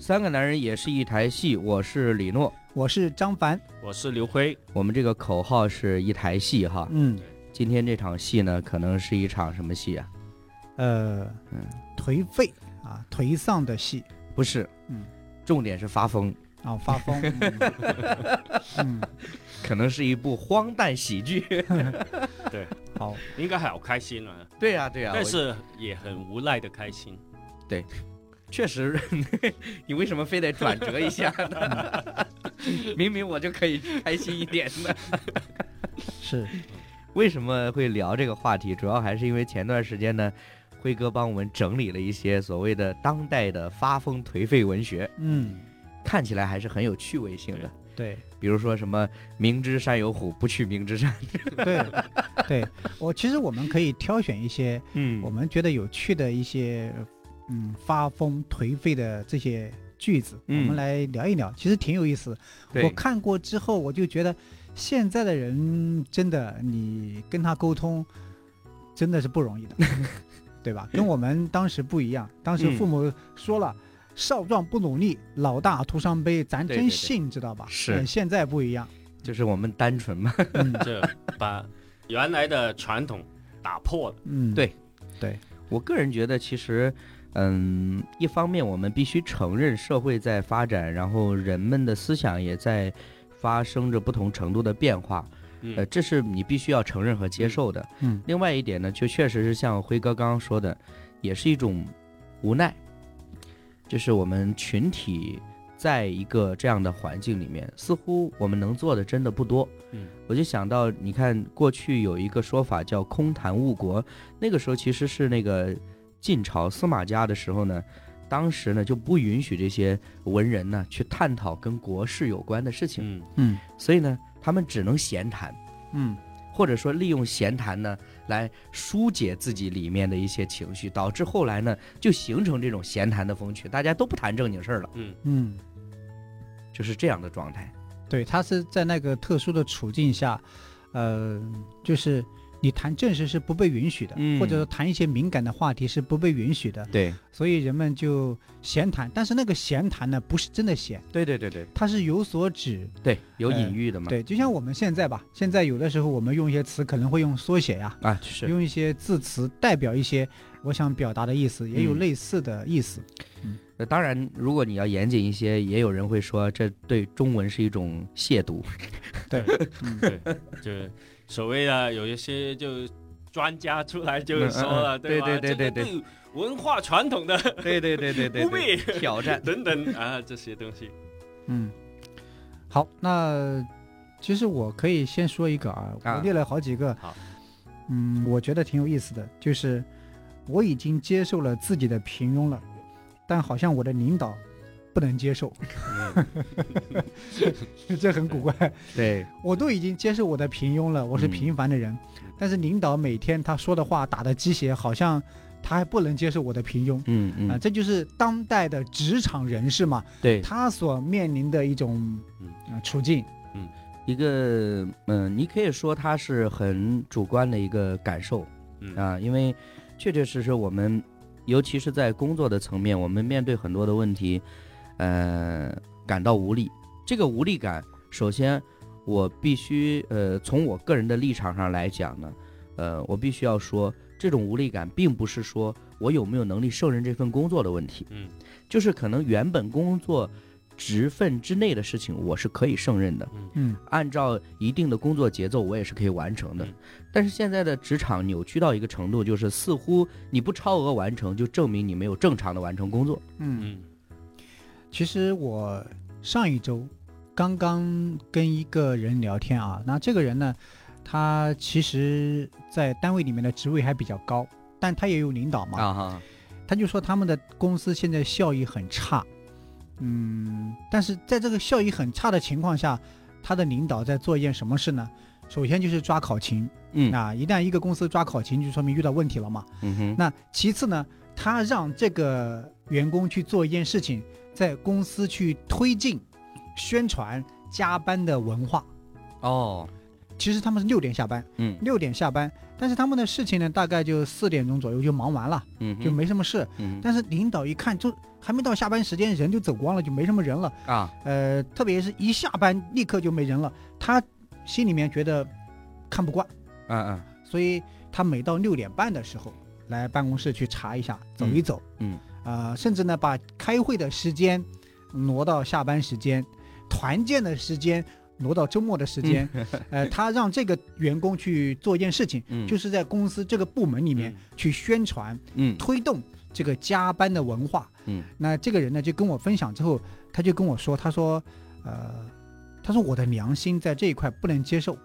三个男人也是一台戏，我是李诺，我是张凡，我是刘辉，我们这个口号是一台戏哈。嗯，今天这场戏呢，可能是一场什么戏啊？呃嗯，颓废啊，颓丧的戏不是，嗯，重点是发疯，啊，发 疯，嗯，嗯可能是一部荒诞喜剧。 好，应该好开心啊，对呀、对呀、但我是也很无奈的开心。确实，你为什么非得转折一下 呢？嗯明明我就可以开心一点呢。是为什么会聊这个话题？主要还是因为前段时间呢，辉哥帮我们整理了一些所谓的当代的发疯颓废文学，嗯，看起来还是很有趣味性的。对比如说什么“明知山有虎，不去明知山对对，我其实我们可以挑选一些”，嗯我们觉得有趣的一些，嗯，发疯颓废的这些句子，我嗯们来聊一聊，其实挺有意思。我对看过之后，我就觉得现在的人真的，你跟他沟通真的是 不容易的，对吧？跟我们当时不一样，当时嗯父母说了。少壮不努力，老大徒伤悲。咱对真对对信，知道吧？是嗯现在不一 样。就是我们单纯嘛。 嗯这把原来的传统打破了。嗯，对我个人觉得，其实，嗯，一方面我们必须承认社会在发展，然后人们的思想也在发生着不同程度的变化，呃，嗯，这是你必须要承认和接受的。嗯另外一点呢，就确实是像辉哥刚刚说的，也是一种无奈，就是我们群体在一个这样的环境里面，似乎我们能做的真的不多。嗯，我就想到，你看过去有一个说法叫“空谈误国”，那个时候其实是那个晋朝司马家的时候呢。当时呢，就不允许这些文人呢去探讨跟国事有关的事情，嗯，嗯所以呢，他们只能闲谈。嗯，或者说利用闲谈呢来疏解自己里面的一些情绪，导致后来呢就形成这种闲谈的风气，大家都不谈正经事儿了，嗯，就是这样的状态。对，他是在那个特殊的处境下，呃，就是你谈正事是不被允许的，嗯或者说谈一些敏感的话题是不被允许的，对，所以人们就闲谈。但是那个闲谈呢，不是真的闲，对对对对它是有所指。对，有呃隐喻的嘛？对，就像我们现在吧，现在有的时候我们用一些词可能会用缩写呀、啊，是用一些字词代表一些我想表达的意思，也有嗯类似的意思。呃当然，如果你要严谨一些，也有人会说这对中文是一种亵渎。对，嗯就是所谓的有一些就专家出来就说嗯嗯嗯了，吧？对对对对这个对文化传统的 对对对对对不必 挑战。等等啊这些东西。嗯，好，那其实我可以先说一个啊，啊我列了好几个。好嗯，我觉得挺有意思的，就是我已经接受了自己的平庸了，但好像我的领导不能接受，嗯 这很古怪。对，我都已经接受我的平庸了，我是嗯平凡的人，但是领导每天他说的话、打的鸡血，好像他还不能接受我的平庸嗯啊、嗯，这就是当代的职场人士嘛，对，他所面临的一种嗯呃处境。一个嗯，你可以说它是很主观的一个感受。嗯 啊，因为确确实实我们，尤其是在工作的层面，我们面对很多的问题，呃，感到无力。这个无力感，首先我必须呃，从我个人的立场上来讲呢，呃，我必须要说，这种无力感并不是说我有没有能力胜任这份工作的问题，嗯就是可能原本工作职分之内的事情，我是可以胜任的。嗯按照一定的工作节奏，我也是可以完成的嗯。但是现在的职场扭曲到一个程度，就是似乎你不超额完成，就证明你没有正常的完成工作。嗯嗯其实我上一周刚刚跟一个人聊天啊，那这个人呢，他其实在单位里面的职位还比较高，但他也有领导嘛，哈，他就说他们的公司现在效益很差，嗯，但是在这个效益很差的情况下，他的领导在做一件什么事呢？首先就是抓考勤，嗯啊，一旦一个公司抓考勤，就说明遇到问题了嘛。嗯哼，那其次呢，他让这个员工去做一件事情，在公司去推进、宣传加班的文化。哦，其实他们是六点下班，嗯六点下班，但是他们的事情呢，大概就四点钟左右就忙完了，嗯哼，就没什么事。嗯但是领导一看，就还没到下班时间，人就走光了，就没什么人了。啊，呃，特别是一下班立刻就没人了，他心里面觉得看不惯，嗯嗯所以他每到六点半的时候来办公室去查一下，走一走，嗯，呃，甚至呢把开会的时间挪到下班时间，团建的时间挪到周末的时间，呃，他让这个员工去做一件事情，嗯，就是是在公司这个部门里面去宣传、嗯推动这个加班的文化。嗯，那这个人呢就跟我分享之后，他就跟我说，他说，呃，他说我的良心在这一块不能接受。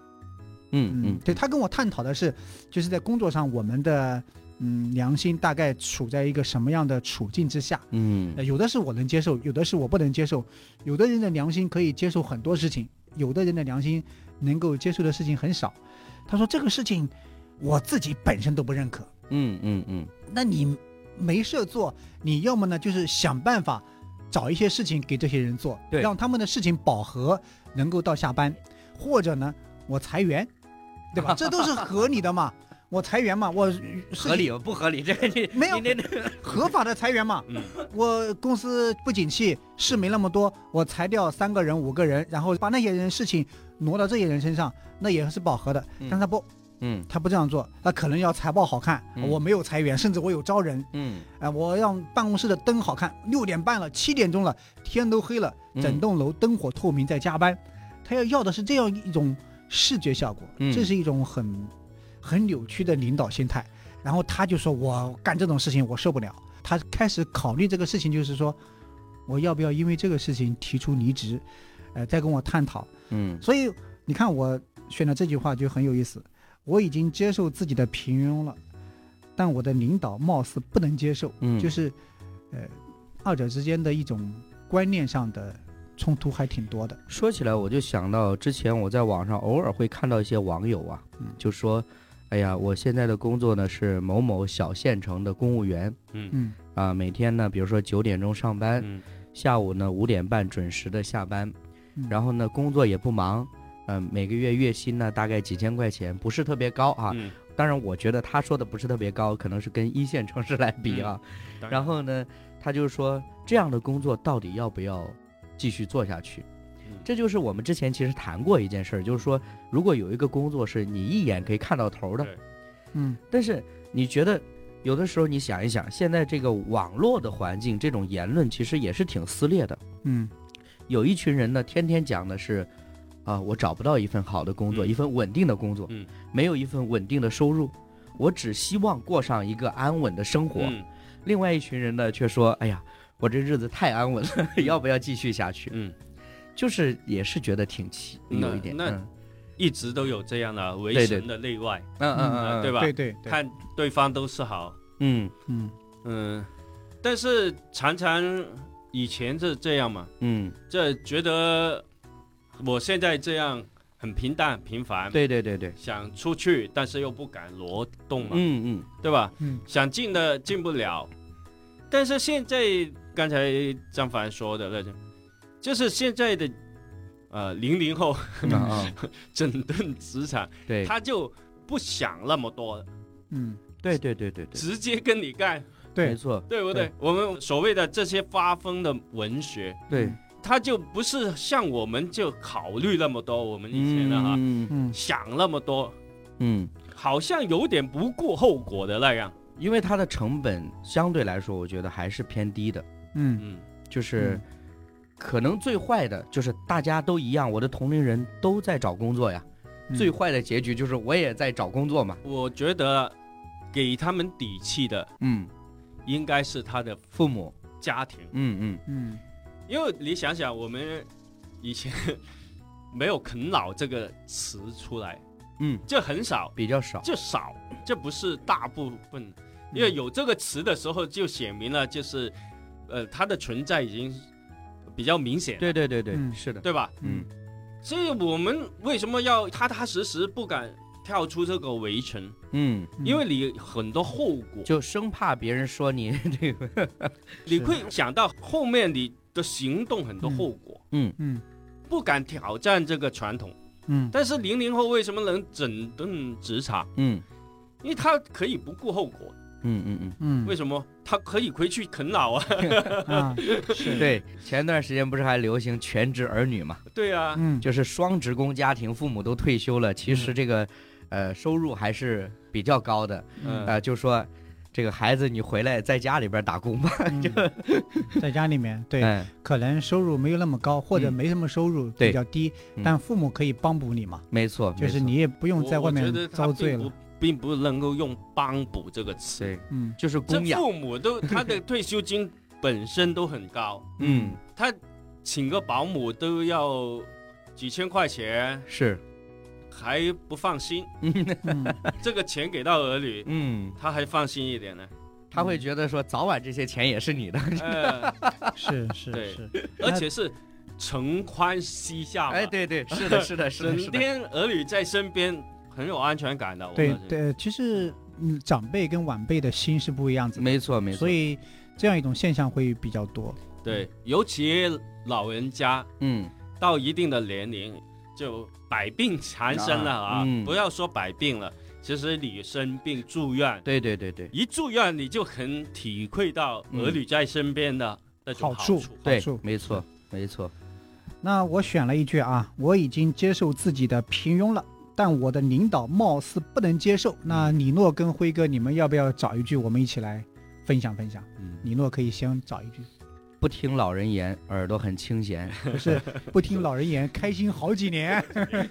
嗯嗯，对他跟我探讨的是，就是在工作上我们的嗯良心大概处在一个什么样的处境之下。嗯呃，有的是我能接受，有的是我不能接受。有的人的良心可以接受很多事情，有的人的良心能够接受的事情很少。他说这个事情我自己本身都不认可。嗯嗯嗯那你没事做，你要么呢就是想办法找一些事情给这些人做，对让他们的事情饱和，能够到下班，或者呢我裁员，对 吧？这都是合理的嘛，我裁员嘛，我合理不合理？这个你没有你 那合法的裁员嘛。嗯我公司不景气，事没那么多，我裁掉三个人、五个人，然后把那些人事情挪到这些人身上，那也是饱和的。嗯但他不，嗯他不这样做，他可能要财报好看，嗯我没有裁员，甚至我有招人，嗯哎，我让办公室的灯好看。六点半了，七点钟了，天都黑了，嗯整栋楼灯火透明，在加班。他要要的是这样一种视觉效果，嗯这是一种很很扭曲的领导心态。然后他就说：“我干这种事情我受不了。”他开始考虑这个事情，就是说，我要不要因为这个事情提出离职？呃，再跟我探讨。嗯所以你看，我选的这句话就很有意思。我已经接受自己的平庸了，但我的领导貌似不能接受。嗯，就是是，呃，二者之间的一种观念上的冲突还挺多的。说起来，我就想到之前我在网上偶尔会看到一些网友啊嗯，就说，哎呀，我现在的工作呢是某某小县城的公务员嗯嗯啊，每天呢，比如说九点钟上班，嗯下午呢五点半准时的下班嗯，然后呢工作也不忙，嗯、每个月月薪呢大概几千块钱，不是特别高啊。嗯，当然，我觉得他说的不是特别高，可能是跟一线城市来比啊。当然后呢，他就说这样的工作到底要不要继续做下去？嗯这就是我们之前其实谈过一件事儿，就是说如果有一个工作是你一眼可以看到头儿的，对嗯但是你觉得有的时候你想一想，现在这个网络的环境，这种言论其实也是挺撕裂的。嗯有一群人呢，天天讲的是，啊、我找不到一份好的工作，嗯一份稳定的工作，嗯没有一份稳定的收入，我只希望过上一个安稳的生活。嗯另外一群人呢，却说，哎呀，我这日子太安稳了， 要不要继续下去？嗯，就是也是觉得挺奇，那有一点，那嗯一直都有这样的为对对神的内外，嗯嗯嗯，对吧？吧？对对对，看对方都是好，嗯嗯嗯，但是常常以前是这样嘛，嗯，这觉得我现在这样很平淡平凡，对对对对，想出去但是又不敢挪动嘛，嗯嗯对吧？嗯想进的进不了，但是现在刚才张凡说的那种，就是现在的呃零零后 嗯嗯，整顿职场，对，他就不想那么多，嗯，对对对对对，直接跟你干，没对，错，对不对？对我们所谓的这些发疯的文学，对，他就不是像我们就考虑那么多，我们以前的哈、嗯嗯想那么多，嗯。好像有点不顾后果的那样。因为它的成本相对来说，我觉得还是偏低的，嗯嗯，就是可能最坏的就是大家都一样，我的同龄人都在找工作呀，嗯最坏的结局就是我也在找工作嘛，我觉得给他们底气的嗯，应该是他的父母，家庭，嗯嗯，嗯因为你想想，我们以前没有“啃老”这个词出来，嗯，这很少，比较少，这少，这不是大部分，因为有这个词的时候，就显明了就是，呃，它的存在已经比较明显，对对对对，嗯是的，对吧？嗯所以我们为什么要踏踏实实不敢跳出这个围城？嗯，嗯因为你很多后果，就生怕别人说你 这个，你会想到后面你的行动很多后果，嗯嗯不敢挑战这个传统，嗯但是零零后为什么能整顿职场？嗯因为他可以不顾后果。嗯嗯嗯，嗯为什么？他可以回去啃老 啊。啊，是，对，前段时间不是还流行全职儿女嘛，对啊， 嗯，就是双职工家庭，父母都退休了，其实这个呃收入还是比较高的，嗯呃，就说这个孩子你回来在家里边打工吧，嗯在家里面，对，哎可能收入没有那么高，或者嗯没什么收入，对比较低嗯，但父母可以帮补你嘛，没错，就是没错你也不我用嗯在外我面觉得他遭罪并了不，并不能够用“帮补”这个词。对，嗯就是这供养，父母都他 的退休金本身都很高，嗯，他请个保姆都要几千块钱，是，还不放心。 嗯，这个钱给到儿女，嗯，他还放心一 点呢。他会觉得说早晚这些钱也是你 的，呃，是是对是，而且是承欢膝下嘛，哎，，对对，是的，是的，是的，是整的，天儿女在身边很有安全感的。我对发现，对，其实嗯，长辈跟晚辈的心是不一样子的，没错没错，所以这样一种现象会比较多，对，尤其老人家嗯，到一定的年龄就百病缠身了啊！啊嗯不要说百病了，其实你生病住院，对对对对一住院你就很体会到儿女在身边的那种好处。处对处，没错没错，那我选了一句啊，我已经接受自己的平庸了，但我的领导貌似不能接受。那嗯李诺跟辉哥，你们要不要找一句，我们一起来分享分享？嗯，李诺可以先找一句，不听老人言，耳朵很清闲，就是不听老人言，开心好几年，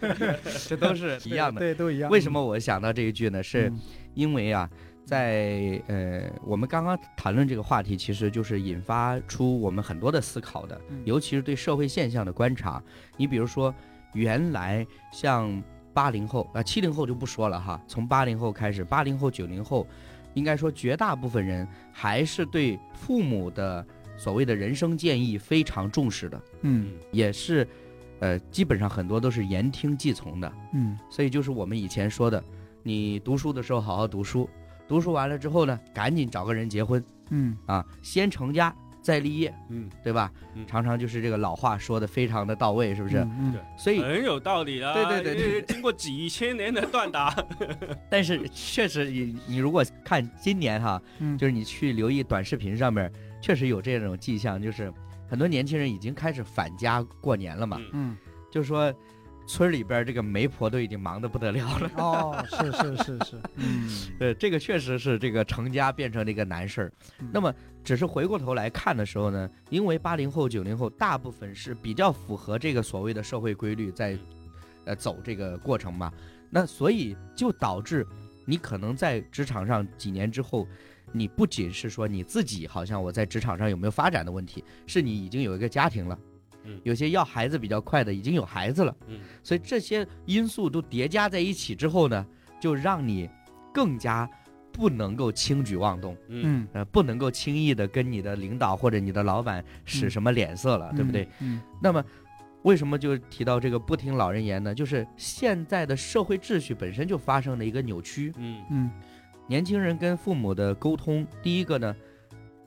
这都是 一样的。对，都一样。嗯为什么我想到这一句呢？是因为啊，在呃，我们刚刚谈论这个话题，其实就是引发出我们很多的思考的，嗯尤其是对社会现象的观察。你比如说，原来像八零后啊，七零后就不说了哈，从八零后开始，八零后、九零后，应该说绝大部分人还是对父母的所谓的人生建议非常重视的，嗯也是，呃，基本上很多都是言听计从的。嗯所以就是我们以前说的，你读书的时候好好读书，读书完了之后呢，赶紧找个人结婚嗯啊，先成家再立业，嗯，对吧？嗯常常就是这个老话说的非常的到位，是不不是？嗯对所以，很有道理啊！对对对对因为经过几千年的锻打，但是确实你你如果看今年哈，嗯，就是你去留意短视频上面，确实有这种迹象，就是很多年轻人已经开始返家过年了嘛，嗯嗯就说。村里边这个媒婆都已经忙得不得了了，哦，是是是是，嗯 对，这个确实是这个成家变成了一个难事儿。嗯那么只是回过头来看的时候呢，因为八零后、九零后大部分是比较符合这个所谓的社会规律嗯在，呃，走这个过程嘛。那所以就导致你可能在职场上几年之后，你不仅是说你自己好像我在职场上有没有发展的问题，是你已经有一个家庭了嗯。有些要孩子比较快的已经有孩子了，嗯，所以这些因素都叠加在一起之后呢，就让你更加不能够轻举妄动。嗯嗯，呃，不能够轻易的跟你的领导或者你的老板使嗯什么脸色了，对不对？？嗯那么，为什么就提到这个不听老人言呢？就是现在的社会秩序本身就发生了一个扭曲，嗯嗯年轻人跟父母的沟通，第一个呢，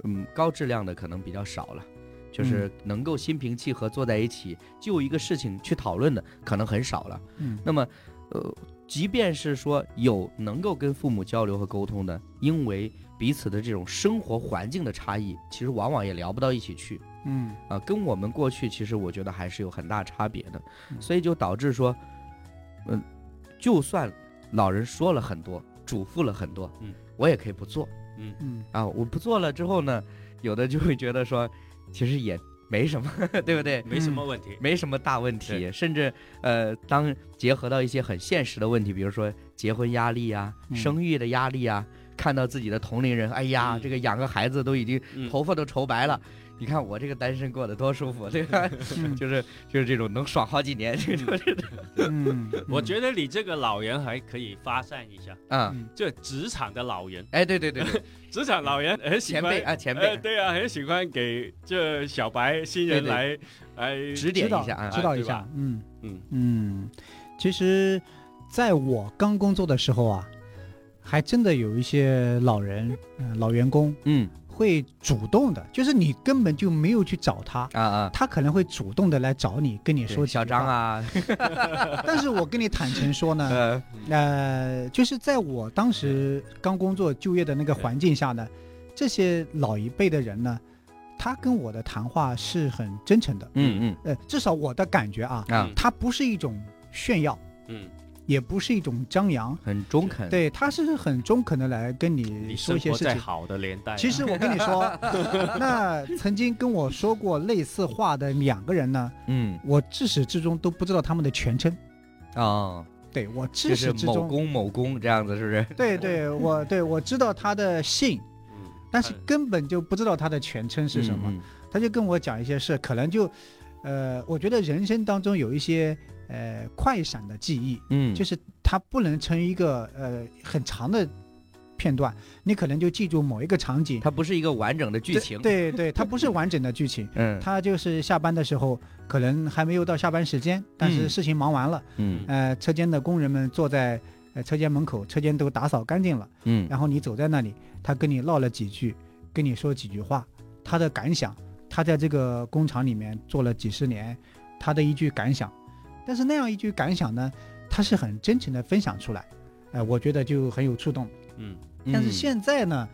嗯，高质量的可能比较少了。嗯就是能够心平气和坐在一起，就一个事情去讨论的可能很少了。嗯那么，呃，即便是说有能够跟父母交流和沟通的，因为彼此的这种生活环境的差异，其实往往也聊不到一起去嗯啊、跟我们过去其实我觉得还是有很大差别的，嗯所以就导致说，嗯、就算老人说了很多，嘱咐了很多，嗯，我也可以不做嗯啊，我不做了之后呢，有的就会觉得说，其实也没什么， 对不对？嗯没什么问题。没什么大问题，甚至呃，当结合到一些很现实的问题，比如说结婚压力啊、嗯生育的压力啊，看到自己的同龄人，哎呀，嗯这个养个孩子都已经嗯头发都愁白了，你看我这个单身过得多舒服，对 吧？嗯就是就是这种能爽好几年，这种是嗯，我觉得你这个老人还可以发散一下，啊，嗯就职场的老人，哎，对对对，对职场老人很喜前欢辈啊，前哎呃，辈对啊，很喜欢给这小白新人对来来，指点一下啊指，导一哎对下吧，嗯嗯嗯，其实，在我刚工作的时候啊，还真的有一些老人，嗯、老员工嗯会主动的，就是你根本就没有去找他，啊啊，他可能会主动的来找你，跟你对说小张啊。啊，但是我跟你坦诚说呢，呃，呃，就是在我当时刚工作就业的那个环境下呢，这些老一辈的人呢，他跟我的谈话是很真诚的，嗯呃，至少我的感觉啊，嗯啊嗯，他不是一种炫耀，嗯，也不是一种张扬，很中肯，对，他是很中肯的来跟你你说生一些活事在情。好的年代啊，其实我跟你说，那曾经跟我说过类似话的两个人呢，嗯我至始至终都不知道他们的全称。哦，对我就至是始至某终，公某公这样子，是不是？对对，我对我知道他的姓，嗯，但是根本就不知道他的全称是什么。嗯？他就跟我讲一些事，可能就，呃，我觉得人生当中有一些呃快闪的记忆，嗯，就是是它不能成一个呃很长的片段，你可能就记住某一个场景。它不是一个完整的剧对情，，对对，它不是完整的剧情，嗯它就是下班的时候，可能还没有到下班时间，但是嗯事情忙完了，嗯呃，车间的工人们坐在呃车间门口，车间都打扫干净了，嗯，然后你走在那里，他跟你唠了几句，跟你说几句话，他的感想，他在这个工厂里面做了几十年，他的一句感想，但是那样一句感想呢，他是很真诚的分享出来，哎、我觉得就很有触动。嗯，但是嗯现在呢，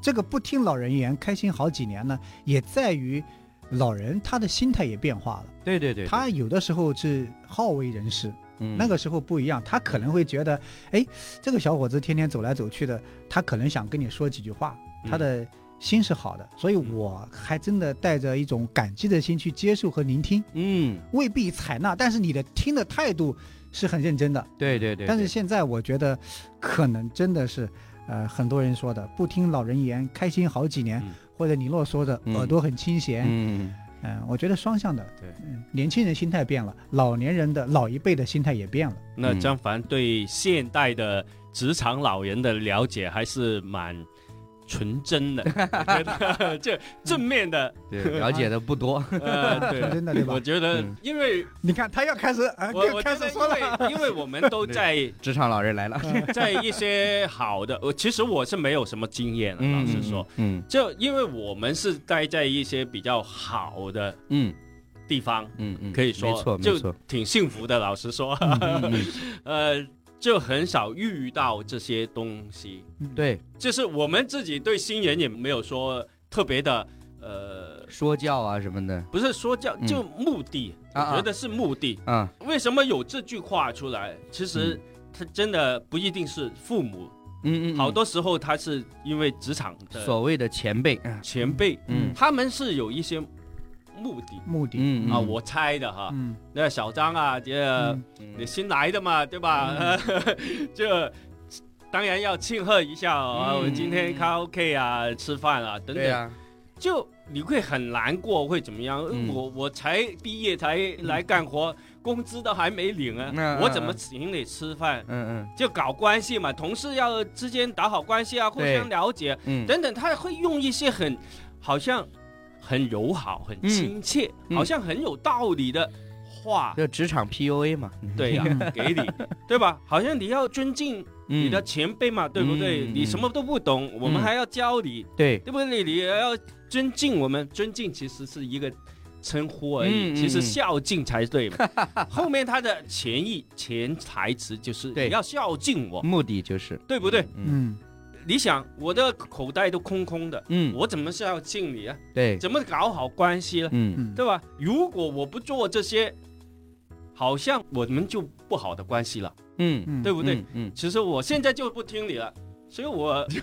这个不听老人言，开心好几年呢，也在于老人他的心态也变化了，对对对，对他有的时候是好为人师，嗯那个时候不一样，他可能会觉得，哎，这个小伙子天天走来走去的，他可能想跟你说几句话，嗯他的心是好的，所以嗯我还真的带着一种感激的心去接受和聆听，嗯，未必采纳，但是你的听的态度是很认真的。对对对，但是对现在我觉得，可能真的是，呃，很多人说的不听老人言，开心好几年，嗯或者你若说的嗯耳朵很清闲，嗯嗯、我觉得双向的。对嗯，年轻人心态变了，老年人的老一辈的心态也变了。那嗯张凡对现代的职场老人的了解还是蛮纯 真的，我觉得这正面的，对了解的不多， 呃，对，纯真的对吧我觉得嗯，因为你看他要开始啊，我又我开始觉得，因说了。为因为我们 都在职场老人来了，在一些好的，我其实我是没有什么经验的，啊嗯老实说，，嗯就因为我们是待在一些比较好的嗯地方，嗯嗯，可以说没错就没 错，挺幸福的，老实说，嗯嗯 呃，就很少遇到这些东西。嗯对，就是我们自己对新人也没有说特别的，呃，说教啊什么的不是说叫嗯就目的，啊啊我觉得是目的。啊，为什么有这句话出来？其实嗯他真的不一定是父母，嗯嗯，嗯好多时候他是因为职场的所谓的前辈，嗯前辈，嗯他们是有一些目的。目的，嗯啊，嗯我猜的哈，嗯，那小张啊，这、嗯嗯你新来的嘛，对吧？ 这当然要庆贺一下啊！嗯我们今天卡拉 OK 啊，吃饭啊，等等。对呀，就你会很难过，会怎么样？嗯我我才毕业才来干活，工资都还没领啊，嗯我怎么请你吃饭？嗯就搞关系嘛，同事要之间打好关系啊，互对相了解嗯嗯，等等。他会用一些很好像很友好、很嗯亲切，嗯好像很有道理的话，就职场 PUA 嘛，对呀、 给你，对吧？好像你要尊敬你嗯的前辈嘛，对不对？嗯你什么都不懂，我们还要教你。对，对不对？你也要尊敬我们，尊敬其实是一个称呼而已，嗯嗯其实嗯孝敬才 对嘛。后面他的前意潜台词就是对你要孝敬我，目的就是对不对？嗯嗯你想我的口袋都空空的，嗯，我怎么孝敬你啊？对，怎么搞好关系呢？嗯嗯，对吧？如果我不做这些，好像我们就不好的关系了，嗯，嗯对不对？嗯？嗯，其实我现在就不听你了，所以我就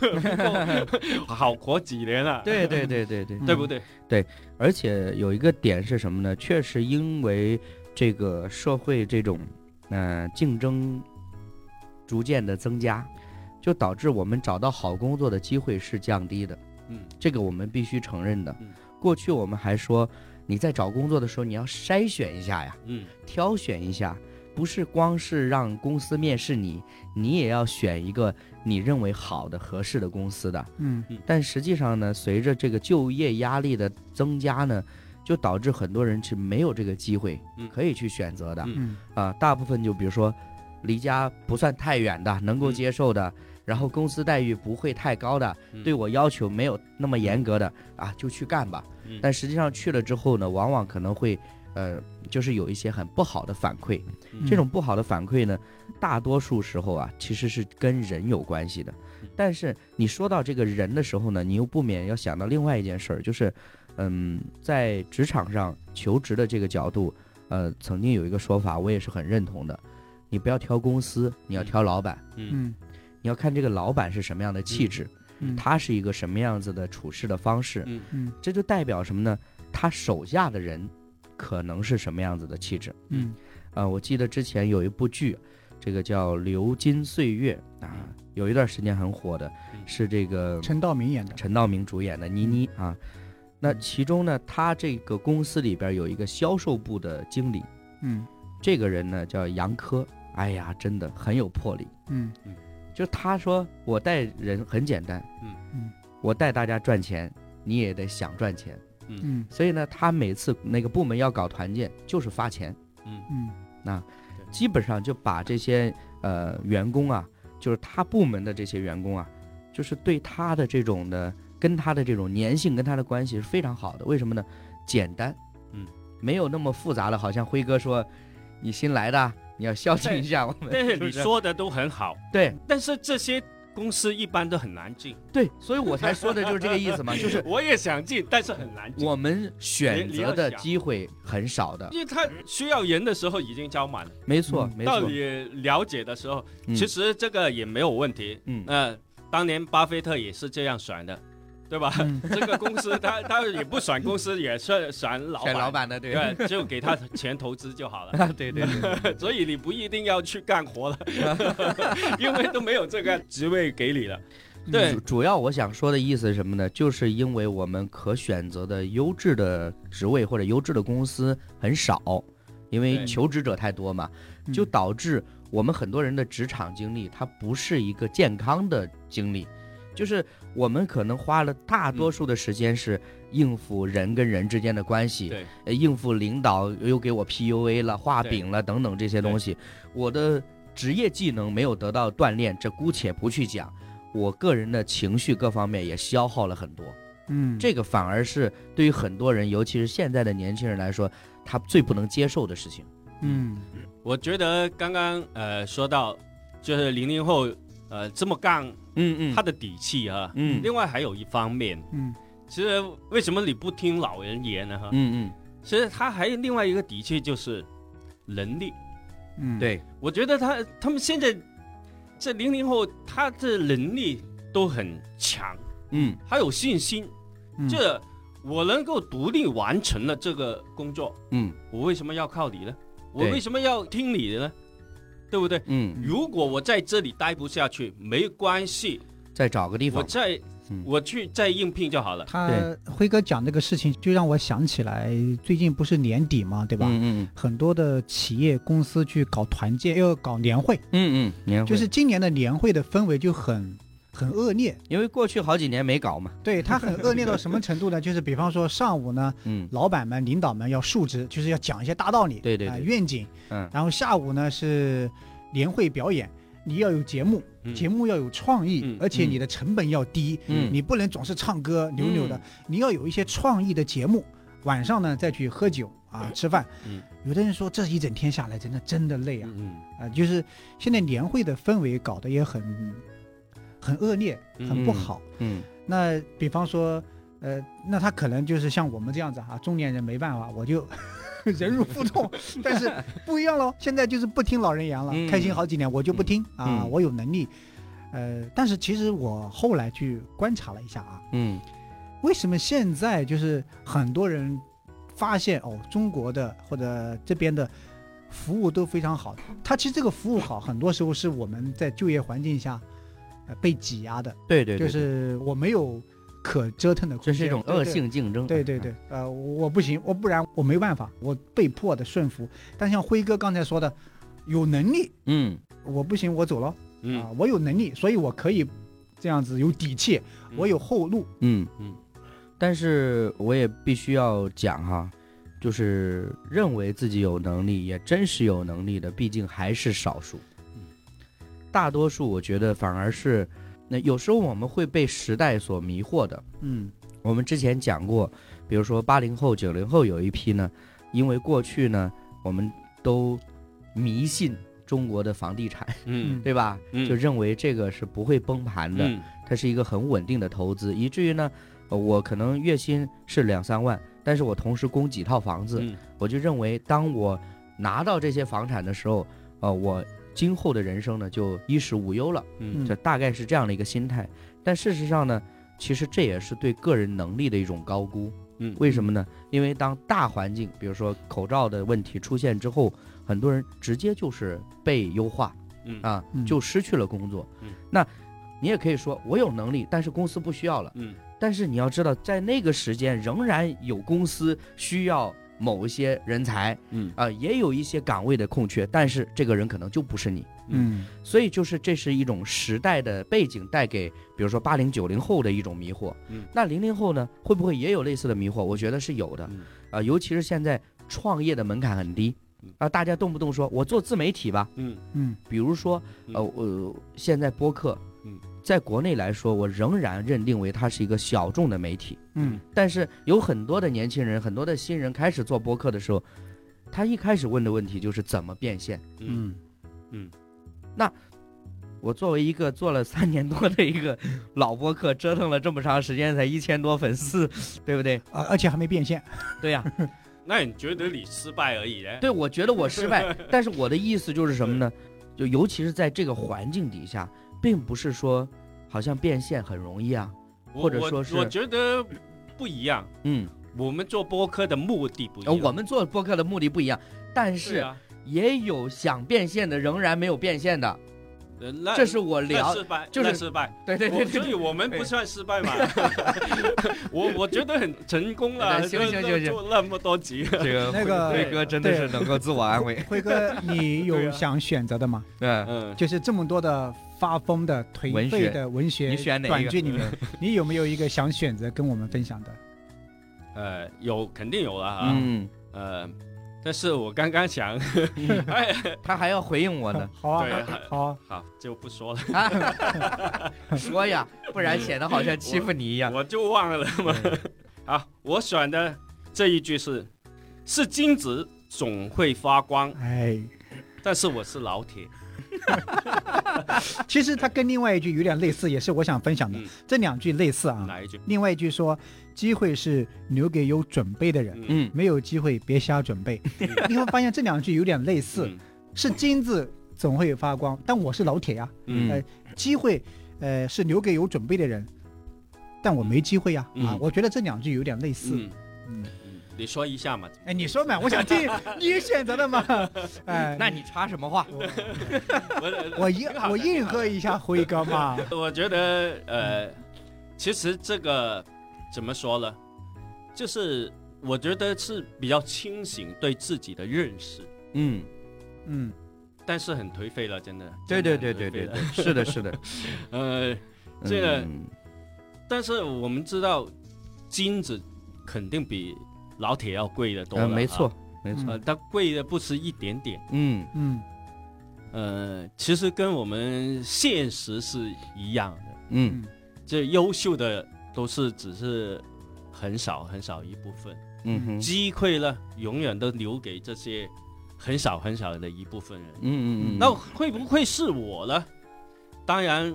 好活几年了，对对对对嗯对，对不对？而且有一个点是什么呢？确实因为这个社会这种嗯、呃竞争逐渐的增加，就导致我们找到好工作的机会是降低的，嗯这个我们必须承认的嗯。过去我们还说，你在找工作的时候你要筛选一下呀，嗯挑选一下。不是光是让公司面试你，你也要选一个你认为好的、合适的公司的。嗯但实际上呢，随着这个就业压力的增加呢，就导致很多人是没有这个机会嗯可以去选择的啊、嗯嗯大部分就比如说离家不算太远的，能够嗯接受的，然后公司待遇不会太高的，嗯对我要求没有那么严格的啊，就去干吧。嗯但实际上去了之后呢，往往可能会呃，就是有一些很不好的反馈。嗯这种不好的反馈呢，大多数时候啊，其实是跟人有关系的嗯。但是你说到这个人的时候呢，你又不免要想到另外一件事儿，就是，嗯，在职场上求职的这个角度，呃，曾经有一个说法，我也是很认同的，你不要挑公司，你要挑老板，嗯嗯你要看这个老板是什么样的气质，嗯，他是一个什么样子的处事的方式，嗯嗯这就代表什么呢？他手下的人可能是什么样子的气质。嗯啊，我记得之前有一部剧，这个叫《流金岁月》啊，有一段时间很火的嗯，是这个陈道明演的，陈道明主演的倪妮啊。那其中呢，他这个公司里边有一个销售部的经理，嗯这个人呢叫杨科，哎呀，真的很有魄力。嗯就他说，我带人很简单，嗯嗯，我带大家赚钱，你也得想赚钱。嗯所以呢，他每次那个部门要搞团建，就是发钱。嗯嗯基本上就把这些呃员工啊，就是他部门的这些员工啊，就是对他的这种的跟他的这种粘性跟他的关系是非常好的。为什么呢？简单，嗯，没有那么复杂了。好像辉哥说，你新来的，你要孝敬一下我们。但是不你说的都很好，对但是这些公司一般都很 难进。对，所以我才说的就是这个意 思嘛，就是我也想进，但是很难进。我们选择的机会很少的。因为他需要人的时候已经招满了，没错，嗯没到错。你了解的时候，嗯其，实这个也没有问题。嗯，嗯，当年巴菲特也是这样选的，对吧？嗯这个公司他他也不选公司，也是选老选板，老板的对。对，就给他钱投资就好了。啊， 对对对， 所以你不一定要去干 活了，因为都没有这个职位给你了。对主主要我想说的意思是什么呢？就是因为我们可选择的优质的职位或者优质的公司很少，因为对求职者太多嘛，嗯就导致我们很多人的职场经历它不是一个健康的经历，就是我们可能花了大多数的时间是应付人跟人之间的关系，对，呃应付领导又给我 PUA 了、画饼了等等这些东西，我的职业技能没有得到锻炼，这姑且不去讲。我个人的情绪各方面也消耗了很多， 嗯这个反而是对于很多人，尤其是现在的年轻人来说，他最不能接受的事情。嗯我觉得刚刚呃说到，就是零零后呃这么干，嗯嗯他的底气啊。嗯另外还有一方面，嗯其实为什么你不听老人言呢？哈、嗯其实他还有另外一个底气就是能力。嗯嗯，对，我觉得他他们现在这零零后，他的能力都很强，嗯还有信心。嗯这我能够独立完成了这个工作，嗯我为什么要靠你呢？我对为什么要听你的呢？对不对？嗯，如果我在这里待不下去，没关系，再找个地我方。再嗯我去再应聘就好了。他对辉哥讲这个事情，就让我想起来，最近不是年底嘛，对吧？嗯嗯很多的企业公司去搞团建，要搞年会，嗯嗯，年会就是今年的年会的氛围就很很恶劣。因为过去好几年没搞嘛。对，它很恶劣到什么程度呢？就是比方说上午呢，嗯老板们、领导们要述职，就是要讲一些大道理，对对啊对愿景。嗯然后下午呢是年会表演，你要有节目，嗯节目要有创意，嗯而且你的成本要低，嗯你不能总是唱歌扭扭的，嗯你要有一些创意的节目。晚上呢再去喝酒啊吃饭。嗯有的人说这一整天下来真的真的累啊嗯啊！就是现在年会的氛围搞得也很很恶劣，很不嗯好。嗯那比方说，呃，那他可能就是像我们这样子啊，中年人没办法，我就 忍辱负 重。但是不一样喽，现在就是不听老人言了，嗯开心好几年我就不听、啊，嗯我有能力。呃，但是其实我后来去观察了一下啊，嗯为什么现在就是很多人发现哦，中国的或者这边的服务都非常好。它其实这个服务好，很多时候是我们在就业环境下，呃，被挤压的。对对对，就是我没有可折腾的空这间，是一种恶。性嗯竞争。对对对对，呃，我不行，我不然我没办法，我被迫的顺服。但像辉哥刚才说的，有能力，嗯我不行，我走了啊、嗯我有能力，所以我可以这样子有底气，嗯我有后路。嗯嗯，但是我也必须要讲哈，就是认为自己有能力，也真实有能力的，毕竟还是少数。嗯大多数我觉得反而是，那有时候我们会被时代所迷惑的。嗯我们之前讲过，比如说八零后、九零后有一批呢，因为过去呢我们都迷信中国的房地产，嗯对吧？嗯就认为这个是不会崩盘的，嗯它是一个很稳定的投资，以至于呢，呃我可能月薪是两三万，但是我同时供几套房子，嗯我就认为当我拿到这些房产的时候，呃，我今后的人生呢就衣食无忧了，嗯这大概是这样的一个心态。但事实上呢，其实这也是对个人能力的一种高估。嗯为什么呢？因为当大环境，比如说口罩的问题出现之后，很多人直接就是被优化嗯啊嗯，就失去了工作。嗯那你也可以说我有能力，但是公司不需要了。嗯但是你要知道，在那个时间仍然有公司需要某一些人才嗯啊、也有一些岗位的空缺，但是这个人可能就不是你。嗯所以就是这是一种时代的背景带给，比如说八零九零后的一种迷惑。嗯那零零后呢，会不会也有类似的迷惑？我觉得是有的。啊、嗯尤其是现在创业的门槛很低嗯啊、大家动不动说我做自媒体吧，嗯嗯比如说呃呃，现在播客，嗯，在国内来说，我仍然认定为它是一个小众的媒体。嗯但是有很多的年轻人，很多的新人开始做播客的时候，他一开始问的问题就是怎么变现。嗯嗯我作为一个做了三年多的一个老播客，折腾了这么长时间才一千多粉丝，对不对？啊，而且还没变现。对呀、那你觉得你失败而已嘞？对我觉得我失 败，但是我的意思就是什么呢？就尤其是在这个环境底下，并不是说好像变现很容易啊。我或者我说是我觉得不一样。嗯，我们做播客的目的不一呃样，我们做播客的目的不一样，但对是啊，也有想变现的，仍然没有变现的，呃那这是我那聊。失败，就是那失败。对对对我对所以对，我们不算失 败嘛。我我觉得很成 功了，行行行就行就做那么多集。这个那个辉哥真的是能够自我安 慰。辉哥，你对有啊想选择的吗？嗯，嗯，就是这么多的发疯的颓文废学的文学，你选哪一个短剧里面， 你有没有一个想选择跟我们分享的？，呃，有肯定有了啊。嗯，呃，但是我刚刚想， 哎，他还要回应我呢好啊，对好啊，好就不说了，说呀，不然显得好像欺负你一样。我就忘了嘛。 好，我选的这一句是：是金子总会发光，哎，但是我是老铁。其实它跟另外一句有点类似，也是我想分享的嗯。这两句类似啊。哪一句？另外一句说，机会是留给有准备的人，嗯，嗯，没有机会别瞎准备。你会发现这两句有点类似，嗯是金子总会发光，但我是老铁呀、嗯哎机会，呃，是留给有准备的人，但我没机会呀、啊嗯我觉得这两句有点类似。嗯嗯嗯，你说一下嘛。哎，你说嘛，我想 听你选择的嘛。哎，那你插什么话？我我呃我应我应和一下辉哥嘛。我觉得呃，其实这个怎么说呢？就是我觉得是比较清醒对自己的认识，嗯，嗯但是很颓废了，真的。对对真对的对很对颓对，废了是的，是的。 呃，这个嗯但是我们知道，金子肯定比老铁要贵的多了、啊呃没错。，没嗯错。呃，它贵的不是一点点，嗯嗯呃，其实跟我们现实是一样的，嗯这优秀的都是只是很少很少一部分，嗯哼，机会呢，永远都留给这些很少很少的一部分人。嗯嗯嗯，那会不会是我呢？当然，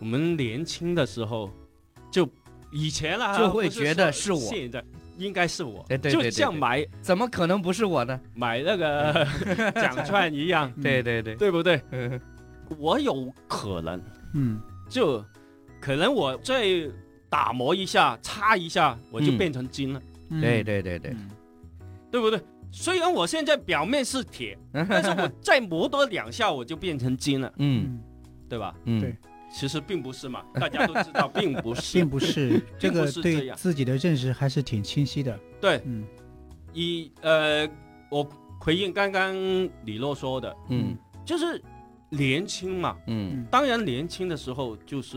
我们年轻的时候就以前啦，就会不说觉得是我现在应该是我，对对对就对像对买怎么可能不是我呢？买 那个奖券一样，嗯对对对，对不对？嗯我有可能，嗯就可能我再打磨一下、擦一下，我就嗯变成金了，嗯，对对对对，嗯对不对？虽然我现在表面是铁，但是我再磨多两下，我就变成金了，嗯嗯，对吧？嗯，对其实并不是嘛，大家都知道，并不是并。不 是这并不个是这对样自己的认识还是挺清晰的。对，嗯以呃，我回应刚刚李洛说的，嗯就是年轻嘛，嗯当然年轻的时候就是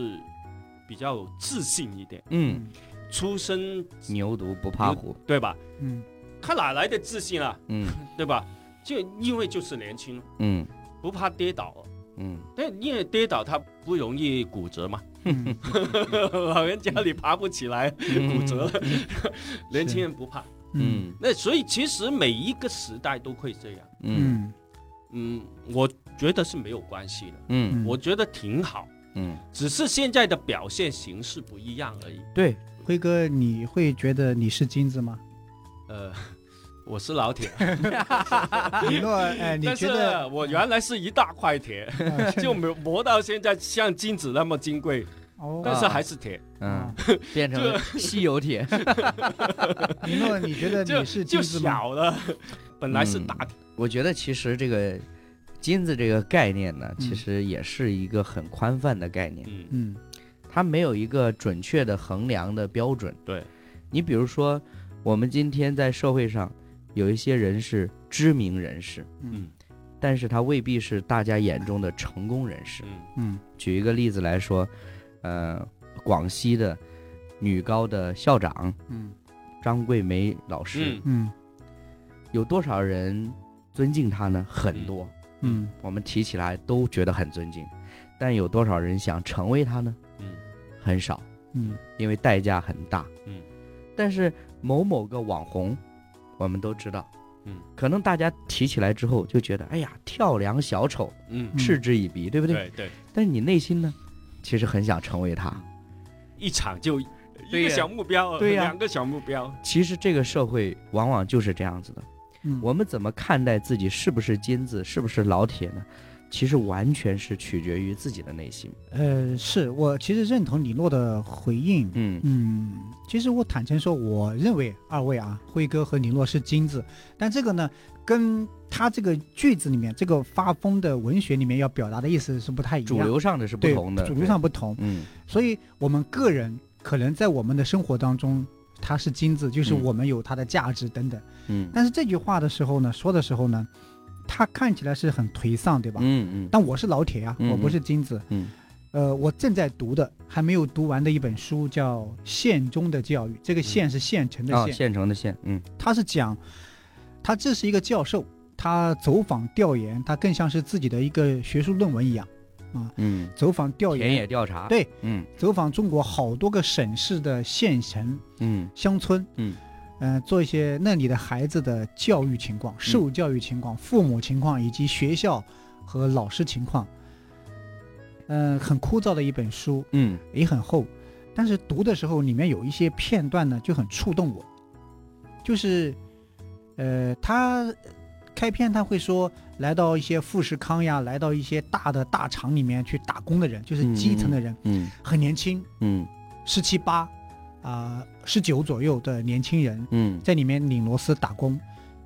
比较自信一点，嗯，嗯出生牛犊不怕虎。对吧？嗯他哪来的自信啊，嗯对吧？就因为就是年轻，嗯不怕跌倒，嗯，但因为跌倒它不容易骨折嘛， 嗯老人家里爬不起来， 骨折了，年轻人不怕。嗯嗯那所以其实每一个时代都会这样，嗯嗯嗯，我觉得是没有关系的，嗯嗯，我觉得挺好，嗯，只是现在的表现形式不一样而已。对，辉哥，你会觉得你是金子吗？呃， 我是老铁，李诺，哎，你啊但觉是得啊我原来是一大块铁，呃 就没有磨到现在像金子那么金贵，哦，但是还是铁。嗯啊，变成了稀有铁，李诺，你觉得 就你是金就子吗？嗯小了，本来是大铁，我觉得其实这个金子这个概念呢，其实也是一个很宽泛的概念，嗯，嗯它没有一个准确的衡量的标准。对，你比如说，我们今天在社会上有一些人是知名人士，嗯嗯但是他未必是大家眼中的成功人士。嗯嗯举一个例子来说，呃，广西的女高的校长嗯张桂梅老师，嗯嗯有多少人尊敬她呢？很多，嗯我们提起来都觉得很尊敬，但有多少人想成为她呢？嗯很少，嗯因为代价很大。嗯，但是某某个网红，我们都知道，嗯，可能大家提起来之后就觉得，哎呀，跳梁小丑，嗯，嗤之以鼻，对不对？对对，但是你内心呢，其实很想成为他。嗯一场就对一呀个小目标，对呀两个小目标，其实这个社会往往就是这样子的。嗯，我们怎么看待自己是不是金子，是不是老铁呢？其实完全是取决于自己的内心。呃，是我其实认同李诺的回应。嗯嗯，其实我坦诚说，我认为二位啊，辉哥和李诺是金子，但这个呢，跟他这个句子里面这个发疯的文学里面要表达的意思是不太一样，主流上的是不对同的，主流上不同对，，嗯所以我们个人可能在我们的生活当中，它是金子，就是嗯我们有它的价值等等。嗯但是这句话的时候呢，说的时候呢，它看起来是很颓丧，对吧？嗯嗯但我是老铁啊，嗯我不是金子。嗯呃，我正在读的还没有读完的一本书叫《县中的教育》，这个县是县城的啊，县，县城的县，嗯他是讲，他这是一个教授，他走访调研，他更像是自己的一个学术论文一样，嗯，走访调田研，野调查，对，嗯走访中国好多个省市的县城、嗯乡村，嗯，呃，做一些那里的孩子的教育情况、嗯受教育情况、父母情况以及学校和老师情况。嗯、很枯燥的一本书，嗯也很厚，但是读的时候里面有一些片段呢就很触动我，就是，呃，他开篇他会说，来到一些富士康呀，来到一些大的大厂里面去打工的人，就是基层的人，嗯很年轻，嗯十七八，啊，十九左右的年轻人嗯在里面拧螺丝打工。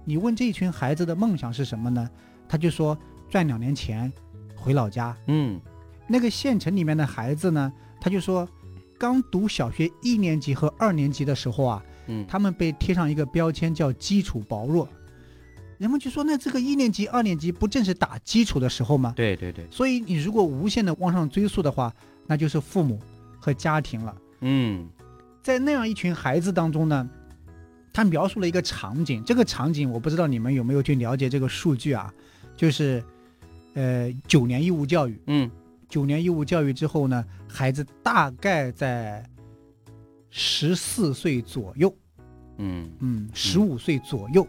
你问这群孩子的梦想是什么呢？他就说赚两年钱回老家嗯那个县城里面的孩子呢，他就说，刚读小学一年级和二年级的时候啊，嗯，他们被贴上一个标签叫基础薄弱，人们就说，那这个一年级、二年级不正是打基础的时候吗？对对对，所以你如果无限的往上追溯的话，那就是父母和家庭了。嗯在那样一群孩子当中呢，他描述了一个场景，这个场景我不知道你们有没有去了解这个数据啊，就是，呃，九年义务教育。嗯九年义务教育之后呢，孩子大概在十四岁左右，嗯嗯，十五岁左右，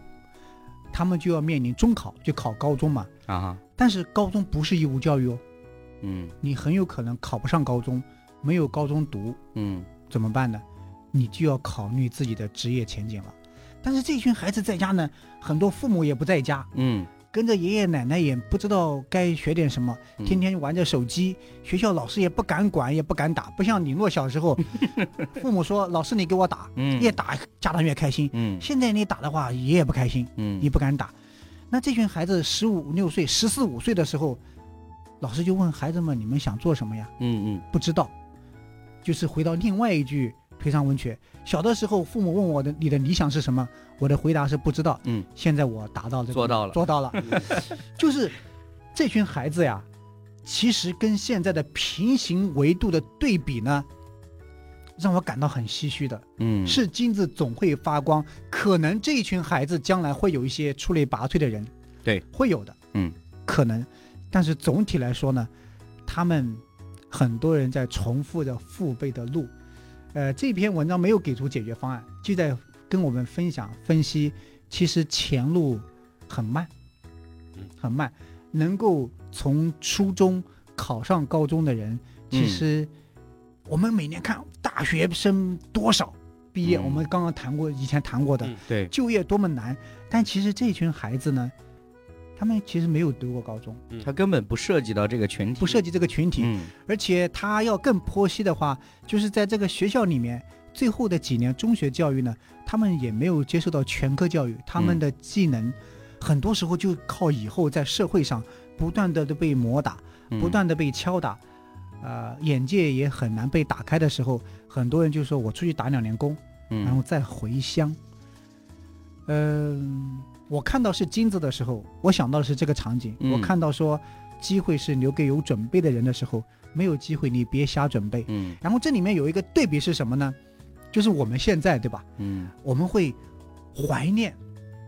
他们就要面临中考，就考高中嘛。啊哈，但是高中不是义务教育哦，嗯你很有可能考不上高中，没有高中读嗯怎么办呢？你就要考虑自己的职业前景了。但是这群孩子在家呢，很多父母也不在家，嗯，跟着爷爷奶奶也不知道该学点什么，嗯天天玩着手机，学校老师也不敢管，也不敢打，不像李诺小 时候，父母说老师你给我打，嗯越打家长越开心。嗯现在你打的话，爷爷不开心，嗯也不敢打。那这群孩子十五六岁、十四五岁的时候，老师就问孩子们：“你们想做什么呀嗯嗯？”不知道，就是回到另外一句推搡文学。小的时候，父母问我的你的理想是什么，我的回答是不知道。嗯，现在我达到这个做到了 做到了。就是这群孩子呀，其实跟现在的平行维度的对比呢，让我感到很唏嘘的。嗯是金子总会发光，可能这一群孩子将来会有一些出类拔萃的人，对，会有的，嗯，可能。但是总体来说呢，他们很多人在重复着父辈的路。呃，这篇文章没有给出解决方案，就在跟我们分享分析，其实前路很慢嗯，很慢。能够从初中考上高中的人，其嗯实我们每年看大学生多少毕业，嗯我们刚刚谈过，以前谈过的，嗯对，就业多么难，但其实这群孩子呢，他们其实没有读过高中，他根本不涉及到这个群体，不涉及这个群体，嗯而且他要更剖析的话，就是在这个学校里面，最后的几年中学教育呢，他们也没有接受到全科教育，他们嗯的技能很多时候就靠以后在社会上不断的被磨打，嗯不断的被敲打，呃，眼界也很难被打开的时候，很多人就说我出去打两年工，嗯然后再回乡。嗯、我看到是金子的时候，我想到的是这个场景。嗯我看到说，机会是留给有准备的人的时候，没有机会你别瞎准备。嗯然后这里面有一个对比是什么呢？就是我们现在对吧？嗯我们会怀念、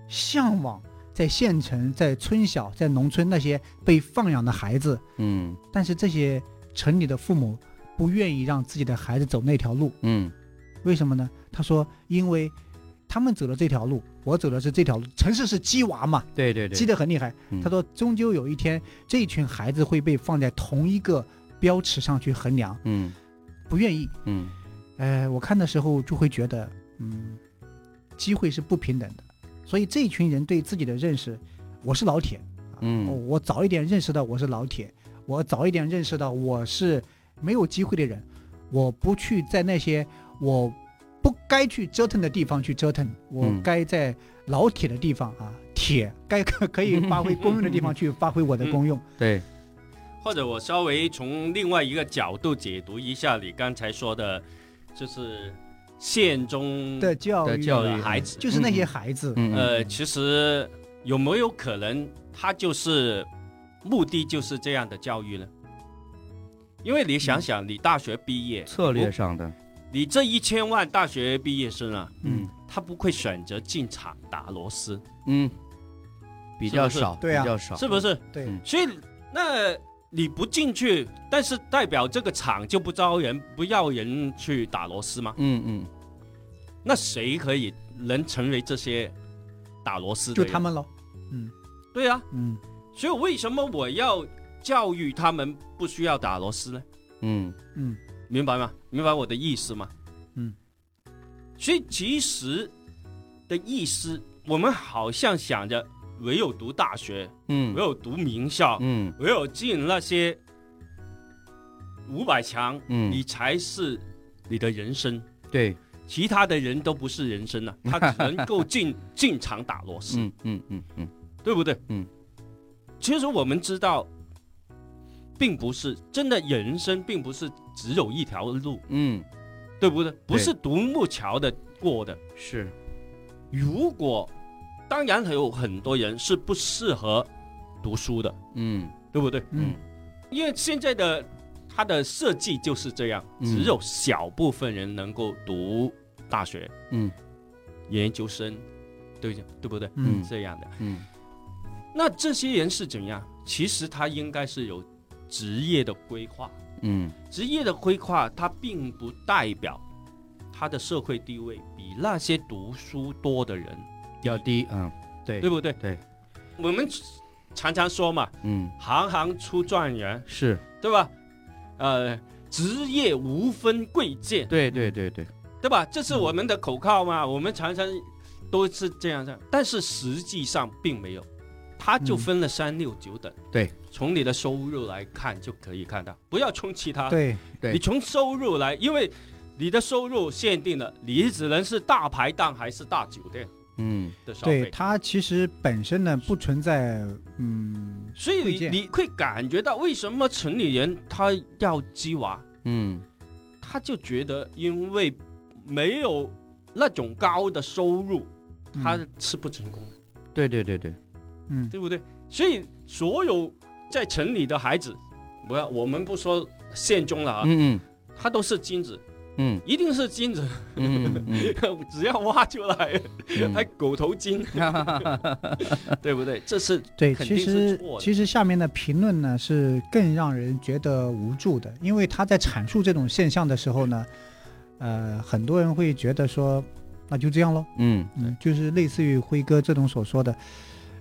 向往在县城、在村小、在农村那些被放养的孩子，嗯但是这些城里的父母不愿意让自己的孩子走那条路。嗯为什么呢？他说，因为他们走了这条路，我走的是这条路。城市是鸡娃嘛，对对对，鸡得很厉害。嗯他说，终究有一天，这群孩子会被放在同一个标尺上去衡量，嗯不愿意。嗯呃，我看的时候就会觉得，嗯，机会是不平等的。所以这一群人对自己的认识，我是老铁，啊嗯哦我早一点认识到我是老铁，我早一点认识到我是没有机会的人，我不去在那些我不该去折腾的地方去折腾，我嗯该在老铁的地方啊，铁该可可以发挥功用的 地方去发挥我的功用。对，或者我稍微从另外一个角度解读一下你刚才说的，就是县中的嗯教的育，啊教育孩子就是那些嗯孩子，嗯呃，其实有没有可能他就是目的就是这样的教育呢？因为你想想，你大学毕业，策略我，上的，你这一千万大学毕业生啊，嗯他不会选择进厂打螺丝，嗯，比较是不是少，对啊比较少，是不是？对，嗯所以那你不进去，但是代表这个厂就不招人，不要人去打螺丝吗？嗯嗯那谁可以能成为这些打螺丝的就人？他们喽，对啊，嗯。所以为什么我要教育他们不需要打螺丝呢？嗯嗯明白吗？明白我的意思吗？嗯。所以其实的意思，我们好像想着唯有读大学，嗯唯有读名校，嗯唯有进那些五百强，嗯，你才是你的人生，对，其他的人都不是人 生了、他只能够进进场打螺丝，嗯嗯嗯嗯对不对？嗯。其实我们知道，并不是真的人生，并不是只有一条路，嗯，对不对？不是独木桥的过的。是，如果当然还有很多人是不适合读书的，嗯对不对？嗯因为现在的它的设计就是这样，嗯只有小部分人能够读大学、嗯研究生，对对不对？嗯这样的，嗯那这些人是怎样？其实他应该是有职业的规划，嗯职业的规划，它并不代表他的社会地位比那些读书多的人，要低，嗯对对不对？对，我们常常说嘛，嗯行行出状元，是，对吧？呃，职业无分贵贱，对对对对，对吧？这是我们的口号嘛，我们常常都是这样的，但是实际上并没有，它就分了三六九等。对，从你的收入来看就可以看到，不要从其他，对，对你从收入来，因为你的收入限定了，你只能是大排档还是大酒店嗯的消对费，它其实本身呢不存在，嗯，所以贵你贱你会感觉到为什么城里人他要鸡娃，嗯他就觉得因为没有那种高的收入，嗯他是不成功的。对对对对，嗯对不对？所以所有在城里的孩子，不要我们不说县中了啊，嗯嗯他都是金子，嗯一定是金子， 嗯嗯只要挖出来， 嗯还狗头金，对不对？这是对，肯其定是实错的其实下面的评论呢是更让人觉得无助的，因为他在阐述这种现象的时候呢，呃，很多人会觉得说，那就这样喽，嗯嗯，就是类似于辉哥这种所说的，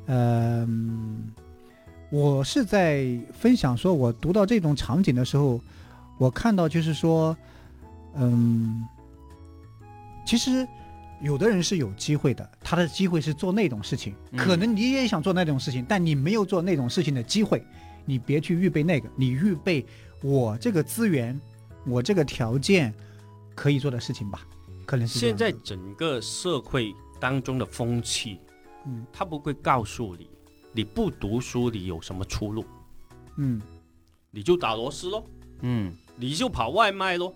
呃，嗯我是在分享说，我读到这种场景的时候，我看到就是说，嗯，其实有的人是有机会的，他的机会是做那种事情，嗯可能你也想做那种事情，但你没有做那种事情的机会，你别去预备那个，你预备我这个资源，我这个条件可以做的事情吧，可能是这现样在整个社会当中的风气，嗯他不会告诉你，你不读书你有什么出路，嗯你就打螺丝咯，嗯你就跑外卖咯。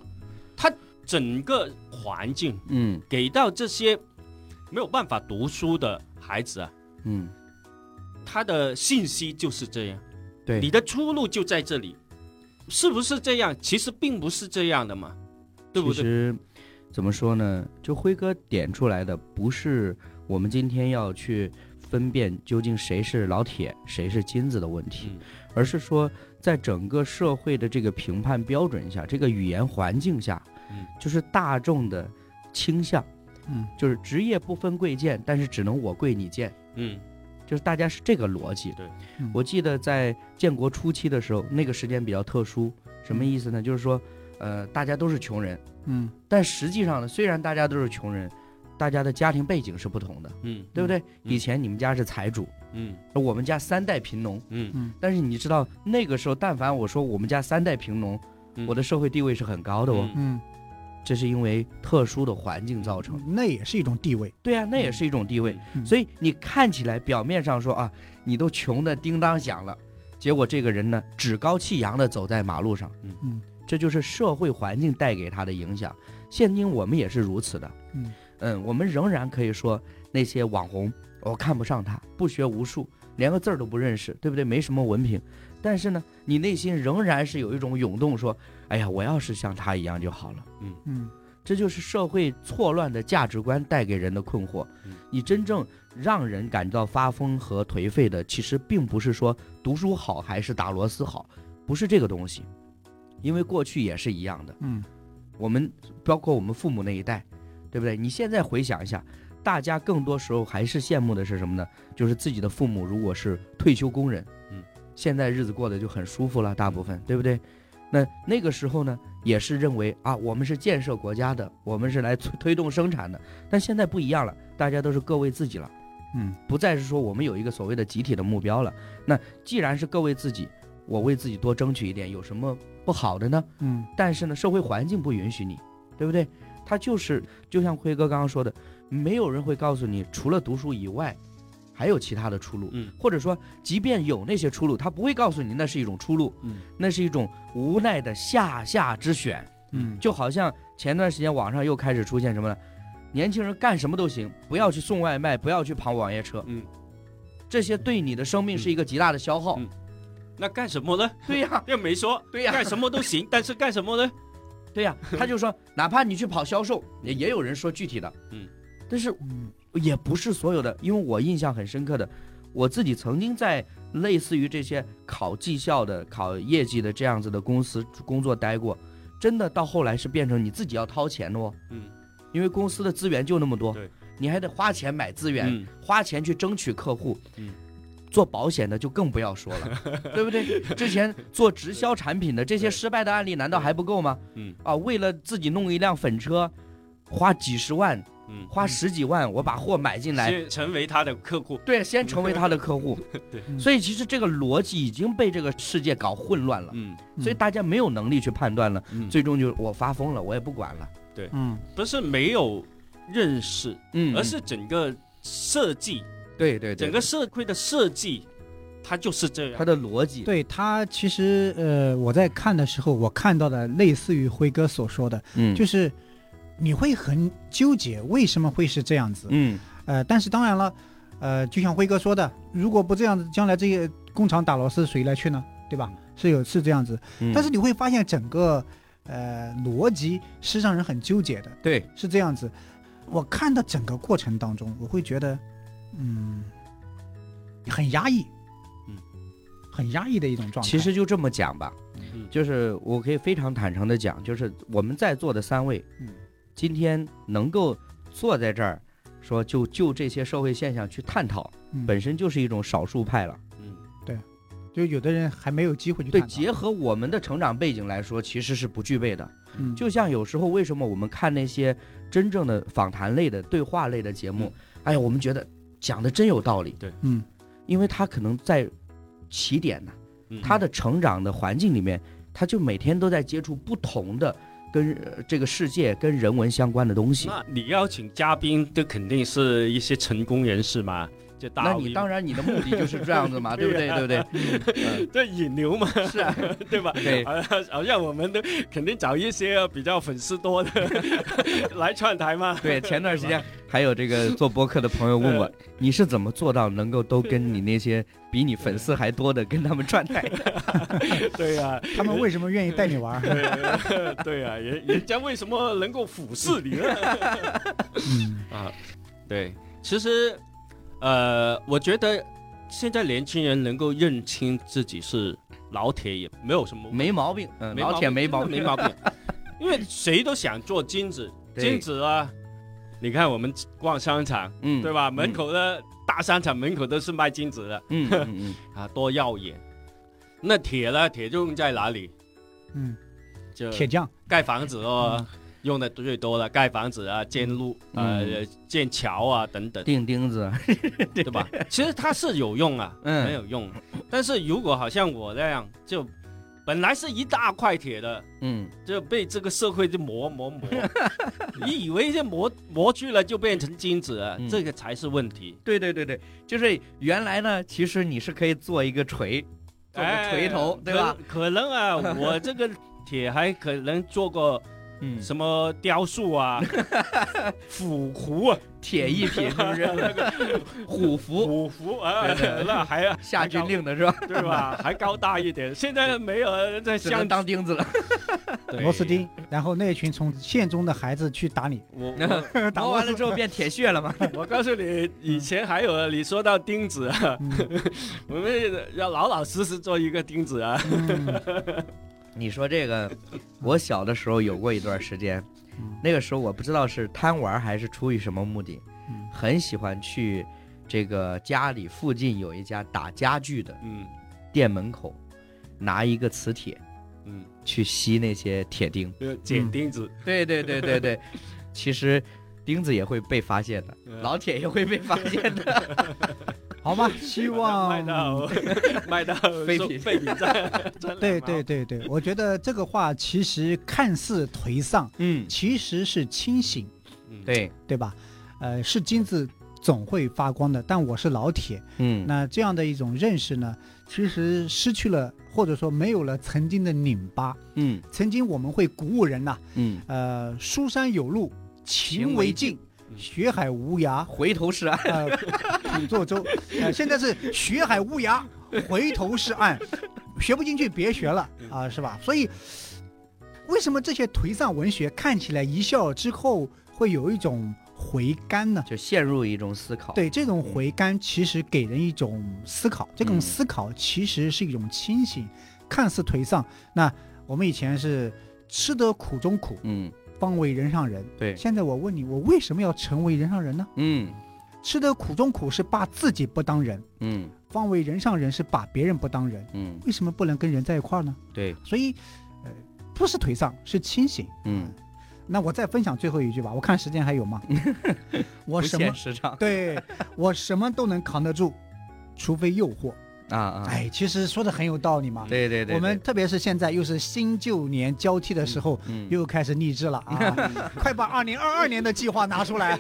他整个环境嗯给到这些没有办法读书的孩子啊，嗯，他的信息就是这样，你对，的出路就在这里，是不是这样？其实并不是这样的嘛，对不其对？实怎么说呢？就辉哥点出来的，不是我们今天要去分辨究竟谁是老铁，谁是金子的问题。嗯，而是说，在整个社会的这个评判标准下，这个语言环境下，嗯就是大众的倾向，嗯就是职业不分贵贱，但是只能我贵你贱，嗯，就是大家是这个逻辑。对嗯我记得在建国初期的时候，那个时间比较特殊，什么嗯意思呢？就是说，呃，大家都是穷人，嗯但实际上呢，虽然大家都是穷人，大家的家庭背景是不同的，嗯对不对？嗯以前你们家是财主，嗯我们家三代贫农。嗯嗯但是你知道，那个时候，但凡我说我们家三代贫农，嗯，我的社会地位是很高的哦。嗯嗯，这是因为特殊的环境造成。那也是一种地位。对啊，那也是一种地位。嗯所以你看起来表面上说啊，你都穷的叮当响了，结果这个人呢，趾高气扬的走在马路上。嗯嗯，这就是社会环境带给他的影响。现今我们也是如此的。嗯嗯我们仍然可以说那些网红，我看不上他，不学无术，连个字儿都不认识，对不对？没什么文凭。但是呢，你内心仍然是有一种涌动，说，哎呀，我要是像他一样就好了。嗯这就是社会错乱的价值观带给人的困惑嗯。你真正让人感到发疯和颓废的，其实并不是说读书好还是打螺丝好，不是这个东西。因为过去也是一样的，嗯我们包括我们父母那一代，对不对？你现在回想一下，大家更多时候还是羡慕的是什么呢？就是自己的父母如果是退休工人，嗯，现在日子过得就很舒服了，大部分，对不对？那那个时候呢，也是认为啊，我们是建设国家的，我们是来推推动生产的。但现在不一样了，大家都是各为自己了，嗯不再是说我们有一个所谓的集体的目标了。那既然是各为自己，我为自己多争取一点，有什么不好的呢？嗯但是呢，社会环境不允许你，对不对？他就是就像辉哥刚刚说的，没有人会告诉你，除了读书以外，还有其他的出路，嗯或者说，即便有那些出路，他不会告诉你那是一种出路，嗯那是一种无奈的下下之选。嗯，就好像前段时间网上又开始出现什么呢？年轻人干什么都行，不要去送外卖，不要去跑网约车，嗯，这些对你的生命是一个极大的消耗。嗯那干什么呢？对呀、又没说，对哎呀、干什么 都行，但是干什么呢？对呀、他就说，哪怕你去跑销售，也也有人说具体的，嗯，但是嗯也不是所有的，因为我印象很深刻的，我自己曾经在类似于这些考绩效的、考业绩的这样子的公司工作待过，真的到后来是变成你自己要掏钱的哦，嗯，因为公司的资源就那么多，对，你还得花钱买资源，嗯花钱去争取客户，嗯。做保险的就更不要说 了，对不对？之前做直销产品的这些对失败的案例，难道还不够吗？嗯啊，为了自己弄一辆粉车，花几十万，嗯，花十几万，我把货买进来，先成为他的客户。。对，先成为他的客户 对所以其实这个逻辑已经被这个世界搞混乱了，嗯所以大家没有能力去判断了，嗯，最终就是我发疯了，我也不管了。嗯不是没有认识，嗯而是整个设计，对对对，整个社会的设计，它就是这他样。的逻辑，对他其实呃，我在看的时候，我看到的类似于辉哥所说的，嗯就是你会很纠结为什么会是这样子。嗯呃，但是当然了，呃，就像辉哥说的，如果不这样子，将来这些嗯工厂打螺丝谁来去呢？对吧？是有是这样子，嗯但是你会发现整个呃逻辑是让人很纠结的，对，是这样子。我看到整个过程当中，我会觉得，嗯，很压抑，嗯，很压抑的一种状态。其实就这么讲吧，嗯就是我可以非常坦诚的讲，就是我们在座的三位，嗯，今天能够坐在这儿，说就就这些社会现象去探讨，嗯本身就是一种少数派了。嗯就有的人还没有机会去对，探讨结合我们的成长背景来说，其实是不具备的。嗯就像有时候为什么我们看那些真正的访谈类的、对话类的节目，哎呀，我们觉得讲的真有道理，嗯因为他可能在起点呢、嗯他的成长的环境里面，他就每天都在接触不同的跟、呃这个世界、跟人文相关的东西。那你邀请嘉宾，这肯定是一些成功人士嘛，就大那 V 你当然你的目的就是这样子嘛，对不对？对对不对？对引流嘛，是啊，对吧？对好像好像我们都肯定找一些比较粉丝多的来串台 嘛。对。前段时间还有这个做播客的朋友问嗯我，你是怎么做到能够都跟你那些比你粉丝还多的跟他们 串台的？对呀、？他们为什么愿意带你玩对对呀、人人家为什么能够俯视你呢？嗯啊，对，其实，呃，我觉得现在年轻人能够认清自己是老铁也没有什么没毛病，嗯，没老铁没毛毛病病，真的没 毛病，因为谁都想做金子，对金子啊，你看我们逛商场嗯， 对吧？嗯门，口的大商场门口都是卖金子的嗯嗯嗯， 啊，多耀眼。那铁呢？铁就用在哪里？嗯，就铁匠，盖房子哦，嗯用的最多了，盖房子啊，建路呃，建桥啊等等。钉钉子，对吧？其实它是有用啊，嗯很有用。但是如果好像我那样，就本来是一大块铁的，嗯，就被这个社会就磨 磨磨，你以为这磨磨去了就变成金子了，嗯这个才是问题。对对对对，就是原来呢，其实你是可以做一个锤，做个锤头哎，对吧？？可可能啊， 我这个铁还可能做过嗯，什么雕 塑啊、斧壶啊、铁一品是不是？ 那个虎符虎符啊对对，那还下军令。令的是吧？对吧？还高大一点，现在没有人在只像能当钉子了。螺丝。钉，然后那群从县中的孩子去 打你，我 打磨螺完丝了之后变铁屑了嘛？我我告诉你，以前还有啊你说到钉子啊，嗯我们要老老实实做一个钉子啊。嗯你说这个，我小的时候有过一段时间，嗯那个时候我不知道是贪玩还是出于什么目的，嗯很喜欢去这个家里附近有一家打家具的嗯店门口，拿一个磁铁嗯，去吸那些铁钉。呃捡钉子，对对对对对， 其实钉子也会被发现的，嗯老铁也会被发现的。好吧， 希卖望到卖到废说品 废品站，站对两毛对，对对，我觉得这个话其实看似颓丧，嗯，其实是清醒，嗯， 对，对吧？呃，是金子总会发光的，但我是老铁。嗯，那这样的一种认识呢，其实失去了或者说没有了曾经的拧巴。嗯曾经我们会鼓舞人呐、嗯，呃，书山有路勤勤为为径，嗯学海无涯回头是岸。呃， 苦作舟。呃，现在是学海无涯，回头是岸，学不进去别学了嗯啊、是吧？所以，为什么这些颓丧文学看起来一笑之后会有一种回甘呢？就陷入一种思考。，对，这种回甘其实给人一种思考，这种思考其实是一种清醒，看似颓丧。那我们以前是吃得苦中苦，嗯，方为人上人。对，现在我问你，我为什么要成为人上人呢？嗯吃得苦中苦是把自己不当人，嗯方为人上人是把别人不当人。嗯，为什么不能跟人在一块儿呢？对，所以，呃，不是颓丧，是清醒。嗯，那我再分享最后一句吧，我看时间还有吗？ 我不什么限时 长对我什么都能扛得住，除非诱惑。啊啊，哎，其实说的很有道理嘛。对对对，我们对特别是现在又是新旧年交替的时候，嗯又开始励志了啊！ 快把二零二二年的计划拿出 来，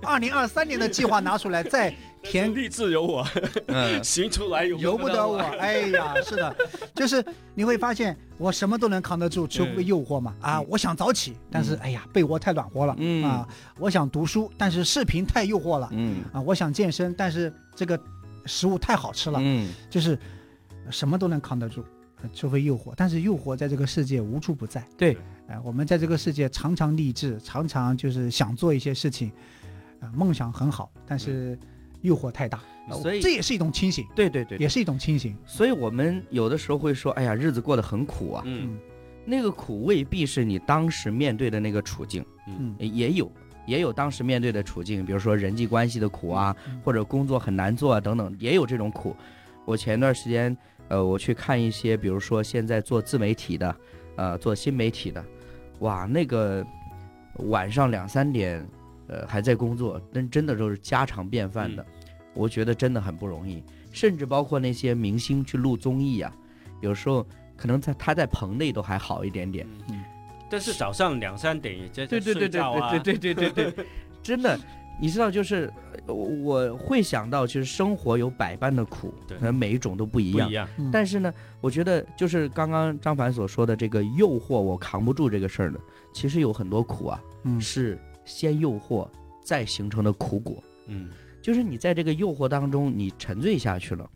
二零二三年的计划拿出来，再填田地自有我，嗯行出来有由不得 我。哎呀，是的，就是你会发现我什么都能扛得住，除非诱惑嘛。啊，我想早起，但是哎呀，被窝太暖和了。嗯啊，我想读书，但是视频太诱惑了。嗯啊，我想健身，但是这个食物太好吃了。嗯，就是什么都能扛得住，呃除非诱惑。但是诱惑在这个世界无处不在。对，哎、我们在这个世界常常励志，常常就是想做一些事情，呃，梦想很好，但是诱惑太大，呃所以这也是一种清醒，对对对也是一种清醒。所以我们有的时候会说，哎呀，日子过得很苦啊。嗯，那个苦未必是你当时面对的那个处境，嗯呃也有也有当时面对的处境，比如说人际关系的苦啊，嗯或者工作很难做啊等等，也有这种苦。我前段时间，呃，我去看一些，比如说现在做自媒体的，呃，做新媒体的，哇，那个晚上两三点，呃，还在工作，那真的都是家常便饭的，我觉得真的很不容易。甚至包括那些明星去录综艺啊，有时候可能在他在棚内都还好一点点，嗯但是早上两三点也在啊对对对对对对对对对对，真的，你知道，就是呃我我会想到，就是生活有百般的苦，对可能每一种都不一不样一。样，嗯但是呢，我觉得就是刚刚张凡所说的这个诱惑，我扛不住这个事儿呢，其实有很多苦啊，嗯是先诱惑再形成的苦果。嗯就是你在这个诱惑当中，你沉醉下去了，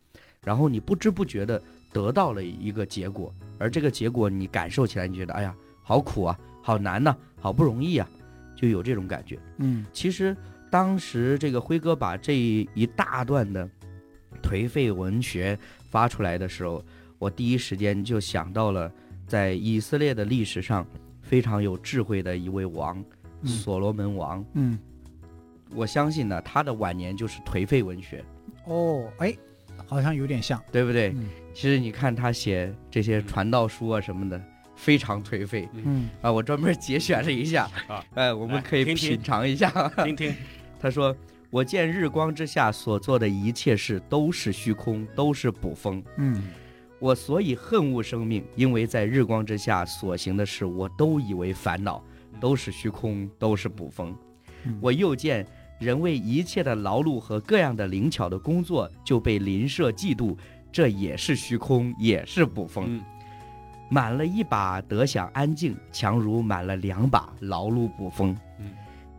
然后你不知不觉的得到了一个结果，而这个结果你感受起来，你觉得哎呀，好苦啊，好难呐、好不容易啊，就有这种感觉。嗯其实当时这个辉哥把这一大段的颓废文学发出来的时候，我第一时间就想到了在以色列的历史上非常有智慧的一位王——嗯所罗门王。嗯我相信呢，他的晚年就是颓废文学，哦，哎，好像有点像。对不对？嗯其实你看他写这些传道书啊什么的，非常颓废嗯啊。我专门节选了一下啊，哎，我们来可以听听品尝一下。听听， 他说：“我见日光之下所做的一切事都是虚空，都是捕风。嗯我所以恨恶生命，因为在日光之下所行的事，我都以为烦恼，都是虚空，都是捕风。嗯我又见人为一切的劳碌和各样的灵巧的工作就被邻舍嫉妒，这也是虚空，也是捕风。嗯满了一把得享安静，强如满了两把劳碌捕风。嗯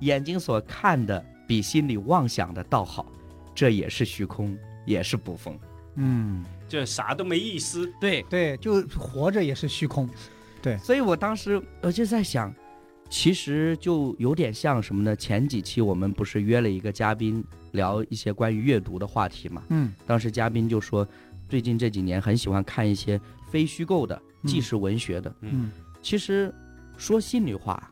眼睛所看的比心里妄想的倒好，这也是虚空，也是捕风。嗯，就啥都没意思， 对，对，就活着也是虚空。所以我当时我就在想，其实就有点像什么呢？前几期我们不是约了一个嘉宾聊一些关于阅读的话题嘛？嗯当时嘉宾就说，最近这几年很喜欢看一些非虚构的嗯纪实文学的。嗯其实说心里话，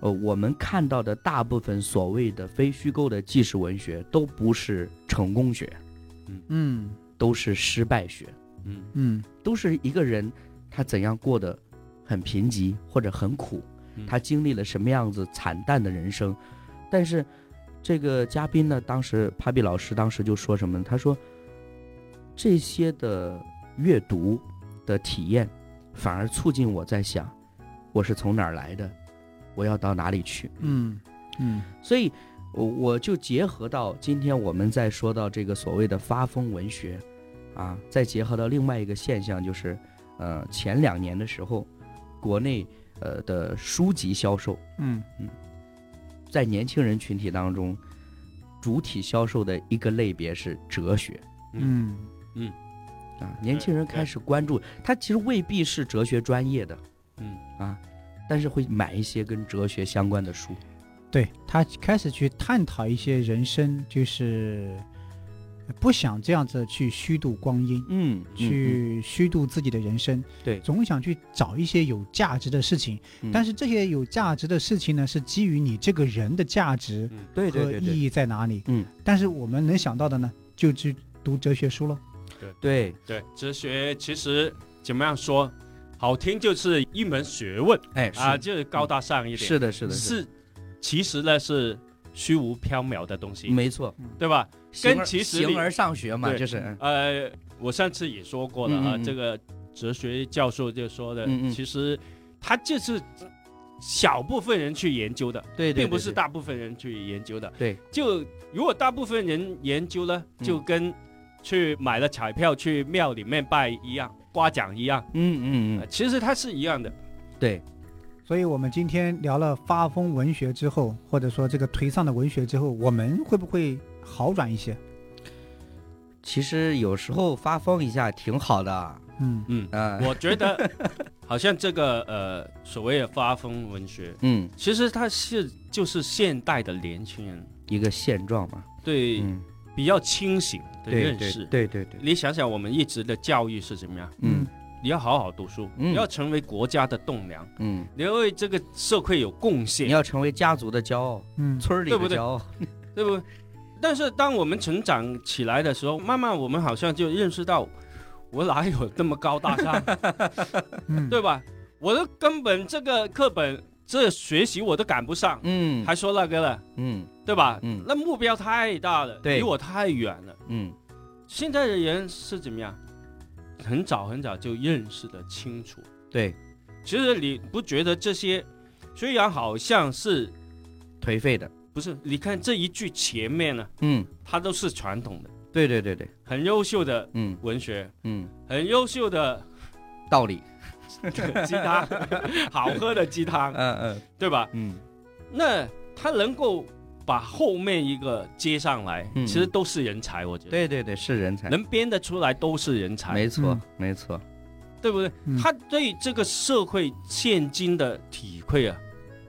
呃，我们看到的大部分所谓的非虚构的纪实文学，都不是成功学，嗯都是失败学，嗯嗯都是一个人他怎样过得很贫瘠或者很苦嗯，他经历了什么样子惨淡的人生。但是这个嘉宾呢，当时帕比老师当时就说什么呢？他说这些的阅读的体验，反而促进我在想，我是从哪儿来的，我要到哪里去。嗯嗯所以，我我就结合到今天我们在说到这个所谓的发疯文学，啊，再结合到另外一个现象，就是，呃，前两年的时候，国内呃的书籍销售嗯在年轻人群体当中，主体销售的一个类别是哲学嗯啊，年轻人开始关注，他其实未必是哲学专业的嗯啊，但是会买一些跟哲学相关的书，对他开始去探讨一些人生，就是不想这样子去虚度光阴，嗯，去虚度自己的人生。对总想去找一些有价值的事情，嗯但是这些有价值的事情呢，是基于你这个人的价值对对和对意对义在哪里。嗯，但是我们能想到的呢，就去读哲学书喽。对，对，哲学其实怎么样说，好听就是一门学问哎是啊，就是高大上一点，是的，是的，是，其实呢是虚无缥缈的东西，没错，对吧？形跟而其实形你而上学嘛，对就是，呃，我上次也说过了啊，嗯嗯嗯这个哲学教授就说的，嗯嗯其实他就是小部分人去研究的，对对，并不对是，大部分人去研究的。对，就如果大部分人研究呢，嗯就跟去买了彩票去庙里面拜一样，刮奖一样，对嗯嗯呃嗯，其实它是一样的。对，所以，我们今天聊了发疯文学之后，或者说这个颓丧的文学之后，我们会不会好转一些？其实有时候发疯一下挺好的，嗯嗯，呃，我觉得好像这个呃所谓的发疯文学，嗯，其实它是就是现代的年轻人一个现状嘛，对嗯，比较清醒的对认对识。对对对，你想想，我们一直的教育是怎么样？嗯你要好好读书，嗯你要成为国家的栋梁，嗯，你要为这个社会有贡你献，要成为家族的骄傲，嗯，村儿里对不的对骄傲，对不对？但是当我们成长起来的时候，慢慢我们好像就认识到，我哪有那么高大 上，嗯，对吧？我都根本这个课本这学习我都赶不上，嗯还说那个了，嗯对吧？嗯那目标太大了，对离我太远了。嗯，现在的人是怎么样？很早很早就认识的清楚。对，其实你不觉得这些，虽然好像是颓废的，不是？你看这一句前面呢，嗯，它都是传统的，对对对对，很优秀的嗯文学，嗯，很优秀的道理， 鸡 汤，好喝的鸡汤，嗯对吧？嗯那他能够把后面一个接上来，嗯其实都是人才，我觉嗯，得对对对，是人才，能编得出来都是人才，没错嗯没错，对不对？嗯他对这个社会现今的体会啊，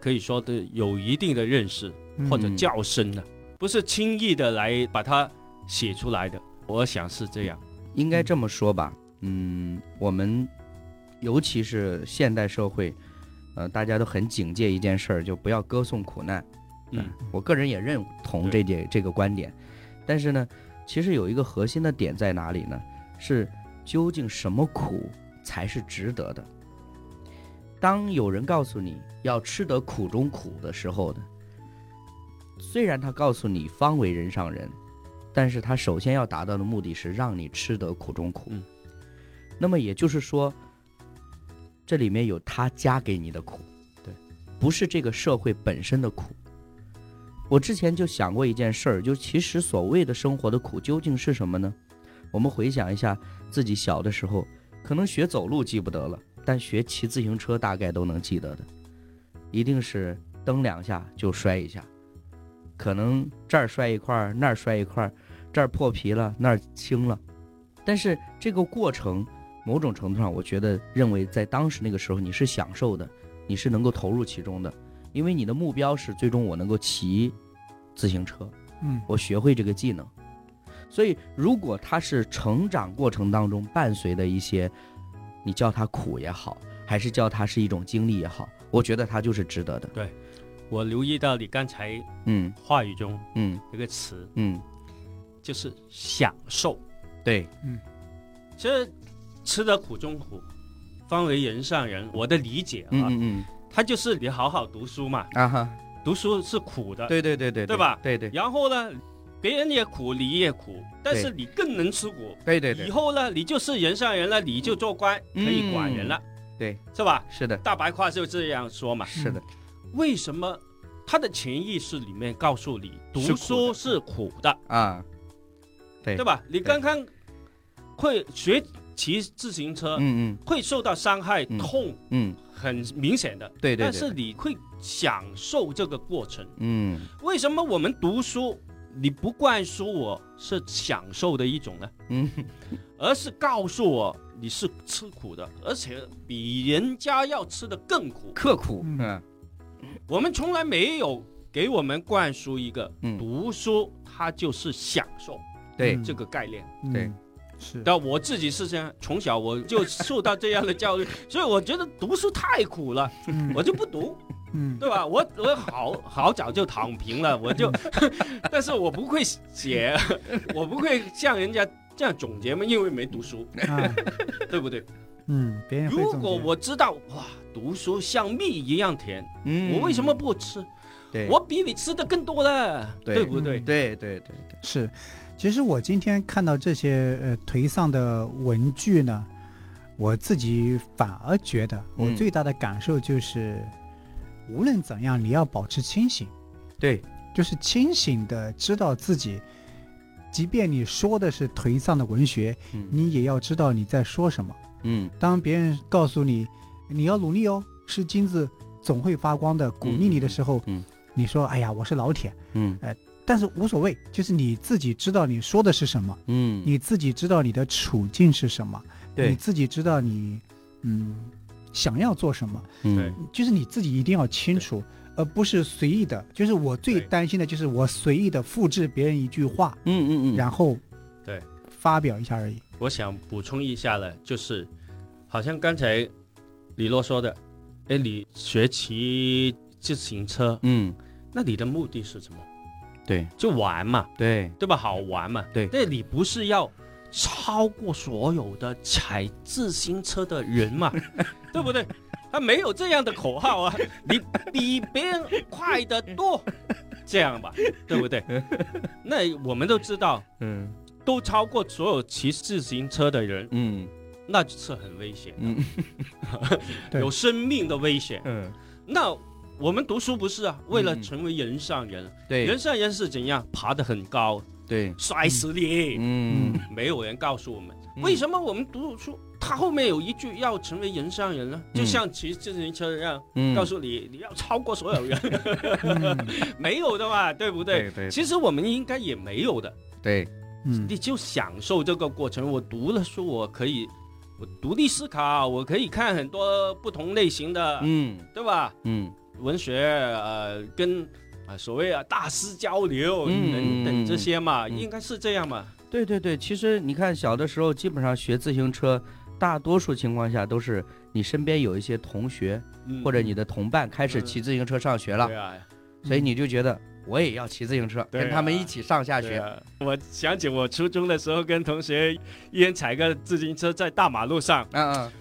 可以说的有一定的认识嗯或者较深的，不是轻易的来把它写出来的。我想是这样，应该这么说吧，嗯，我们尤其是现代社会，呃，大家都很警戒一件事儿，就不要歌颂苦难。啊嗯我个人也认同这对点这个观点，但是呢，其实有一个核心的点在哪里呢？是究竟什么苦才是值得的？当有人告诉你要吃得苦中苦的时候呢，虽然他告诉你方为人上人，但是他首先要达到的目的是让你吃得苦中苦。嗯那么也就是说，这里面有他加给你的苦，对，不是这个社会本身的苦。我之前就想过一件事儿，就其实所谓的生活的苦究竟是什么呢？我们回想一下自己小的时候，可能学走路记不得了，但学骑自行车大概都能记得的，一定是蹬两下就摔一下，可能这儿摔一块儿，那儿摔一块儿，这儿破皮了，那儿青了，但是这个过程，某种程度上，我觉得认为在当时那个时候你是享受的，你是能够投入其中的，因为你的目标是最终我能够骑自行车，嗯我学会这个技能。所以，如果它是成长过程当中伴随的一些，你叫它苦也好，还是叫它是一种经历也好，我觉得它就是值得的。我留意到你刚才嗯话语中嗯有个词，嗯，就是享受。对，其实吃得苦中苦，方为人上人。我的理解啊，嗯嗯它就是你好好读书嘛，嗯啊哈，读书是苦的，对对对对对吧对对然后呢，别人也苦，你也苦，但是你更能吃苦。对对以对，后呢，你就是人上人了，你就做官，可嗯以管人了，对，是吧？是的，大白话就这样说嘛。是嗯的，为什么他的潜意识里面告诉你，读是苦的书是苦的，啊，对对吧？你刚刚会学骑自行车，嗯嗯会受到伤害、嗯痛，嗯，很明显的。对对但对是，你会享受这个过程。嗯，为什么我们读书，你不灌输我是享受的一种呢？嗯，而是告诉我你是吃苦的，而且比人家要吃的更苦。刻苦，嗯嗯我们从来没有给我们灌输一个嗯，读书它就是享受对，嗯这个概念。对嗯是但我自己是这样，从小我就受到这样 的教育，所以我觉得读书太苦了，嗯我就不读。嗯对吧？我我好好早就躺平了，我就， 但是我不会写，我不会像人家这样总结嘛，因为没 读书，啊对不对？嗯，别人会如总果结我知道哇，读书像蜜一样甜，嗯，我为什么不吃？对？我比你吃的更多了，对对不对？对对对对，是，其实我今天看到这些呃颓丧的文具呢，我自己反而觉得我嗯最大的感受就是，无论怎样你要保持清醒，对，就是清醒的知道自己，即便你说的是颓丧的文学，嗯你也要知道你在说什么。嗯当别人告诉你你要努力哦，是金子总会发光的，鼓励你的时候，嗯嗯嗯你说哎呀我是老铁，嗯但是无所谓，就是你自己知道你说的是什么。嗯，你自己知道你的处境是什么，对你自己知道你，嗯，想要做什么，嗯，就是你自己一定要清楚，而不是随意的。就是我最对担心的就是我随意的复制别人一句话，嗯嗯嗯，然后对发表一下而已。我想补充一下了，就是好像刚才李洛说的，哎，你学骑自行车，嗯，那你的目的是什么？对就玩嘛，对，对吧？好玩嘛。对那你不是要超过所有的踩自行车的人嘛，对不对？他没有这样的口号啊，你比别人快得多，这样吧，对不对？那我们都知道，嗯都超过所有骑自行车的人，嗯那就是很危险，嗯对有生命的危险。嗯，那我们读书不是啊，为了嗯成为人上人，对人上人是怎样？爬得很高，对，摔死你！嗯，没有人告诉我们，嗯为什么我们读书，他后面有一句要成为人上人呢？嗯就像骑自行车一样，嗯告诉你你要超过所有 人，嗯没有的嘛，对不对？对对其实我们应该也没有的，对，嗯你就享受这个过程。我读了书，我可以我独立思考，我可以看很多不同类型的，嗯对吧？嗯文学呃跟。啊，所谓啊，大师交流嗯等等这些嘛，嗯嗯应该是这样嘛。对对对，其实你看，小的时候基本上学自行车，大多数情况下都是你身边有一些同学嗯或者你的同伴开始骑自行车上学了对，啊，所以你就觉得我也要骑自行车，对啊跟他们一起上下对学。啊。我想起我初中的时候，跟同学一人踩个自行车在大马路上嗯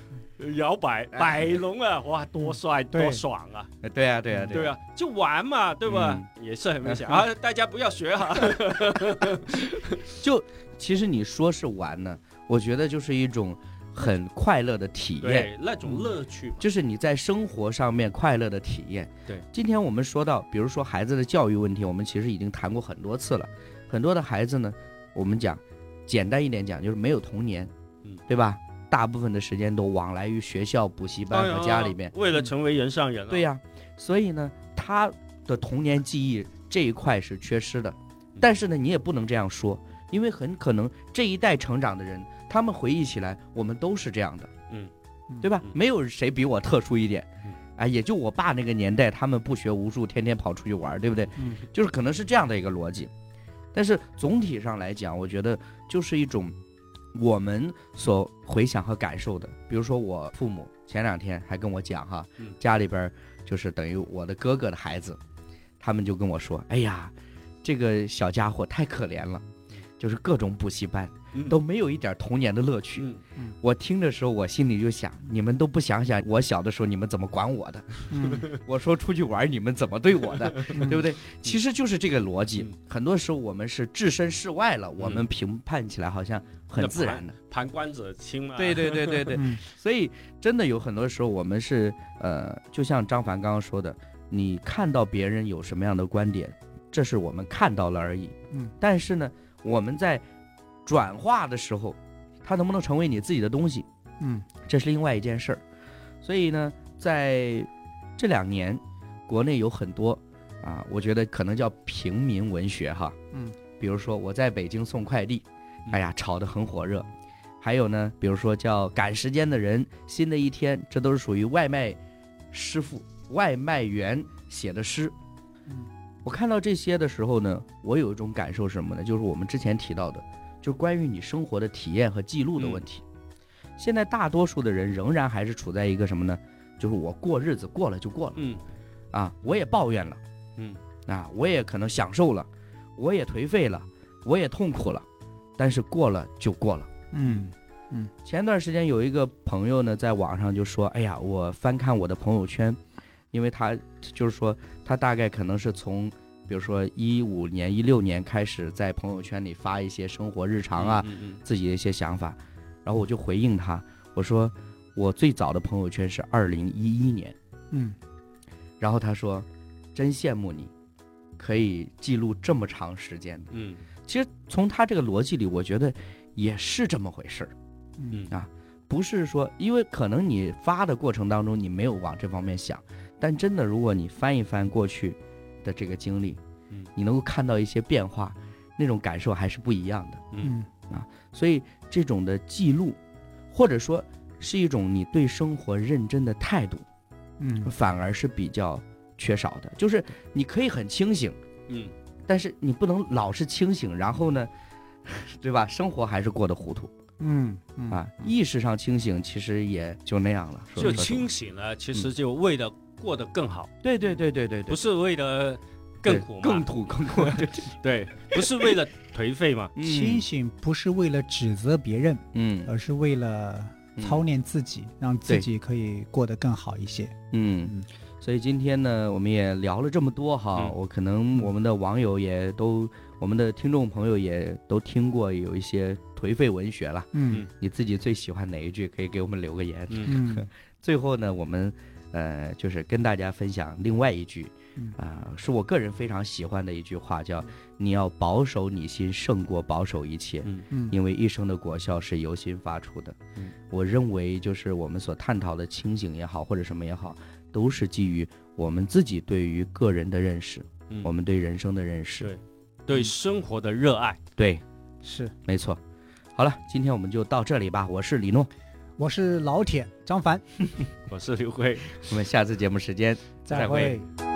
摇摆哎摆龙啊，哇，多帅对多爽啊！嗯，对呀对呀对，啊，就玩嘛，对吧？也是很 危险啊，大家不要学啊。就其实你说是玩呢，我觉得就是一种很快乐的体验，对，那种乐趣嘛。就是你在生活上面快乐的体验。对，今天我们说到，比如说孩子的教育问题，我们其实已经谈过很多次了。很多的孩子呢，我们讲简单一点讲，就是没有童年，嗯对吧？大部分的时间都往来于学校、补习班和家里面。哎为了成为人上人啊。对呀、所以呢，他的童年记忆这一块是缺失的。嗯但是呢，你也不能这样说，因为很可能这一代成长的人，他们回忆起来，我们都是这样的，嗯，对吧嗯？没有谁比我特殊一点嗯，哎，也就我爸那个年代，他们不学无术，天天跑出去玩儿，对不对？嗯就是可能是这样的一个逻辑。但是总体上来讲，我觉得就是一种我们所回想和感受的。比如说我父母前两天还跟我讲哈，嗯家里边儿就是等于我的哥哥的孩子，他们就跟我说：“哎呀，这个小家伙太可怜了，就是各种补习班嗯都没有一点童年的乐趣。嗯我听的时候，我心里就想，你们都不想想我小的时候你们怎么管我的，嗯，我说出去玩儿你们怎么对我的，对 对不？对？其实就是这个逻辑。嗯很多时候我们是置身事外了，我们评判起来好像很自然的。旁观者清嘛。对对对对对，嗯所以真的有很多时候我们是呃，就像张凡刚刚说的，你看到别人有什么样的观点，这是我们看到了而已。嗯，但是呢，我们在转化的时候，它能不能成为你自己的东西，嗯这是另外一件事儿。所以呢，在这两年，国内有很多啊，我觉得可能叫平民文学哈。嗯，比如说我在北京送快递，嗯哎呀，炒得很火热。还有呢，比如说叫赶时间的人，新的一天，这都是属于外卖师傅、外卖员写的诗。嗯我看到这些的时候呢，我有一种感受是什么呢？就是我们之前提到的，就是关于你生活的体验和记嗯录的问题。现在大多数的人仍然还是处在一个什么呢？就是我过日子过了就过了嗯啊，我也抱怨了，嗯啊，我也可能享受了，我也颓废了，我也痛苦了，但是过了就过了。嗯前段时间有一个朋友呢，在网上就说：“哎呀，我翻看我的朋友圈，因为他就是说他大概可能是从，比如说一五年、一六年开始在朋友圈里发一些生活日常啊，，嗯嗯自己的一些想法。”然后我就回应他，我说：“我最早的朋友圈是二零一一年。嗯”然后他说：“真羡慕你，可以记录这么长时间。嗯”其实从他这个逻辑里，我觉得也是这么回事儿。嗯嗯不是说，因为可能你发的过程当中你没有往这方面想，但真的如果你翻一翻过去的这个经历，嗯你能够看到一些变化，那种感受还是不一样的。嗯嗯所以这种的记录，或者说是一种你对生活认真的态度，嗯反而是比较缺少的。就是你可以很清醒，嗯，但是你不能老是清醒，然后呢， 对吧？生活还是过得糊涂嗯嗯啊。意识上清醒，其实也就那样了。说就说清醒了，其实就为了过得更好，对对对对对对，不是为了对嗯更苦嘛， 更土更苦。 对对，不是为了颓废嘛，清醒不是为了指责别人，嗯而是为了嗯操练自己，让自对己可以过得更好一些。嗯嗯，所以今天呢，我们也聊了这么多哈，嗯我可能我们的网友也都，我们的听众朋友也都听过有一些颓废文学了，嗯你自己最喜欢哪一句？可以给我们留个言。嗯，嗯最后呢，我们呃就是跟大家分享另外一句嗯，啊、是我个人非常喜欢的一句话，叫“你要保守你心，胜过保守一切”。嗯嗯因为一生的果效是由心发出的。嗯我认为就是我们所探讨的清醒也好，或者什么也好，都是基于我们自己对于个人的认识，嗯我们对人生的认识。对生活的热爱，对，是，没错。好了，今天我们就到这里吧。我是李诺，我是老铁张凡，我是刘辉。我们下次节目时间再再会会。拜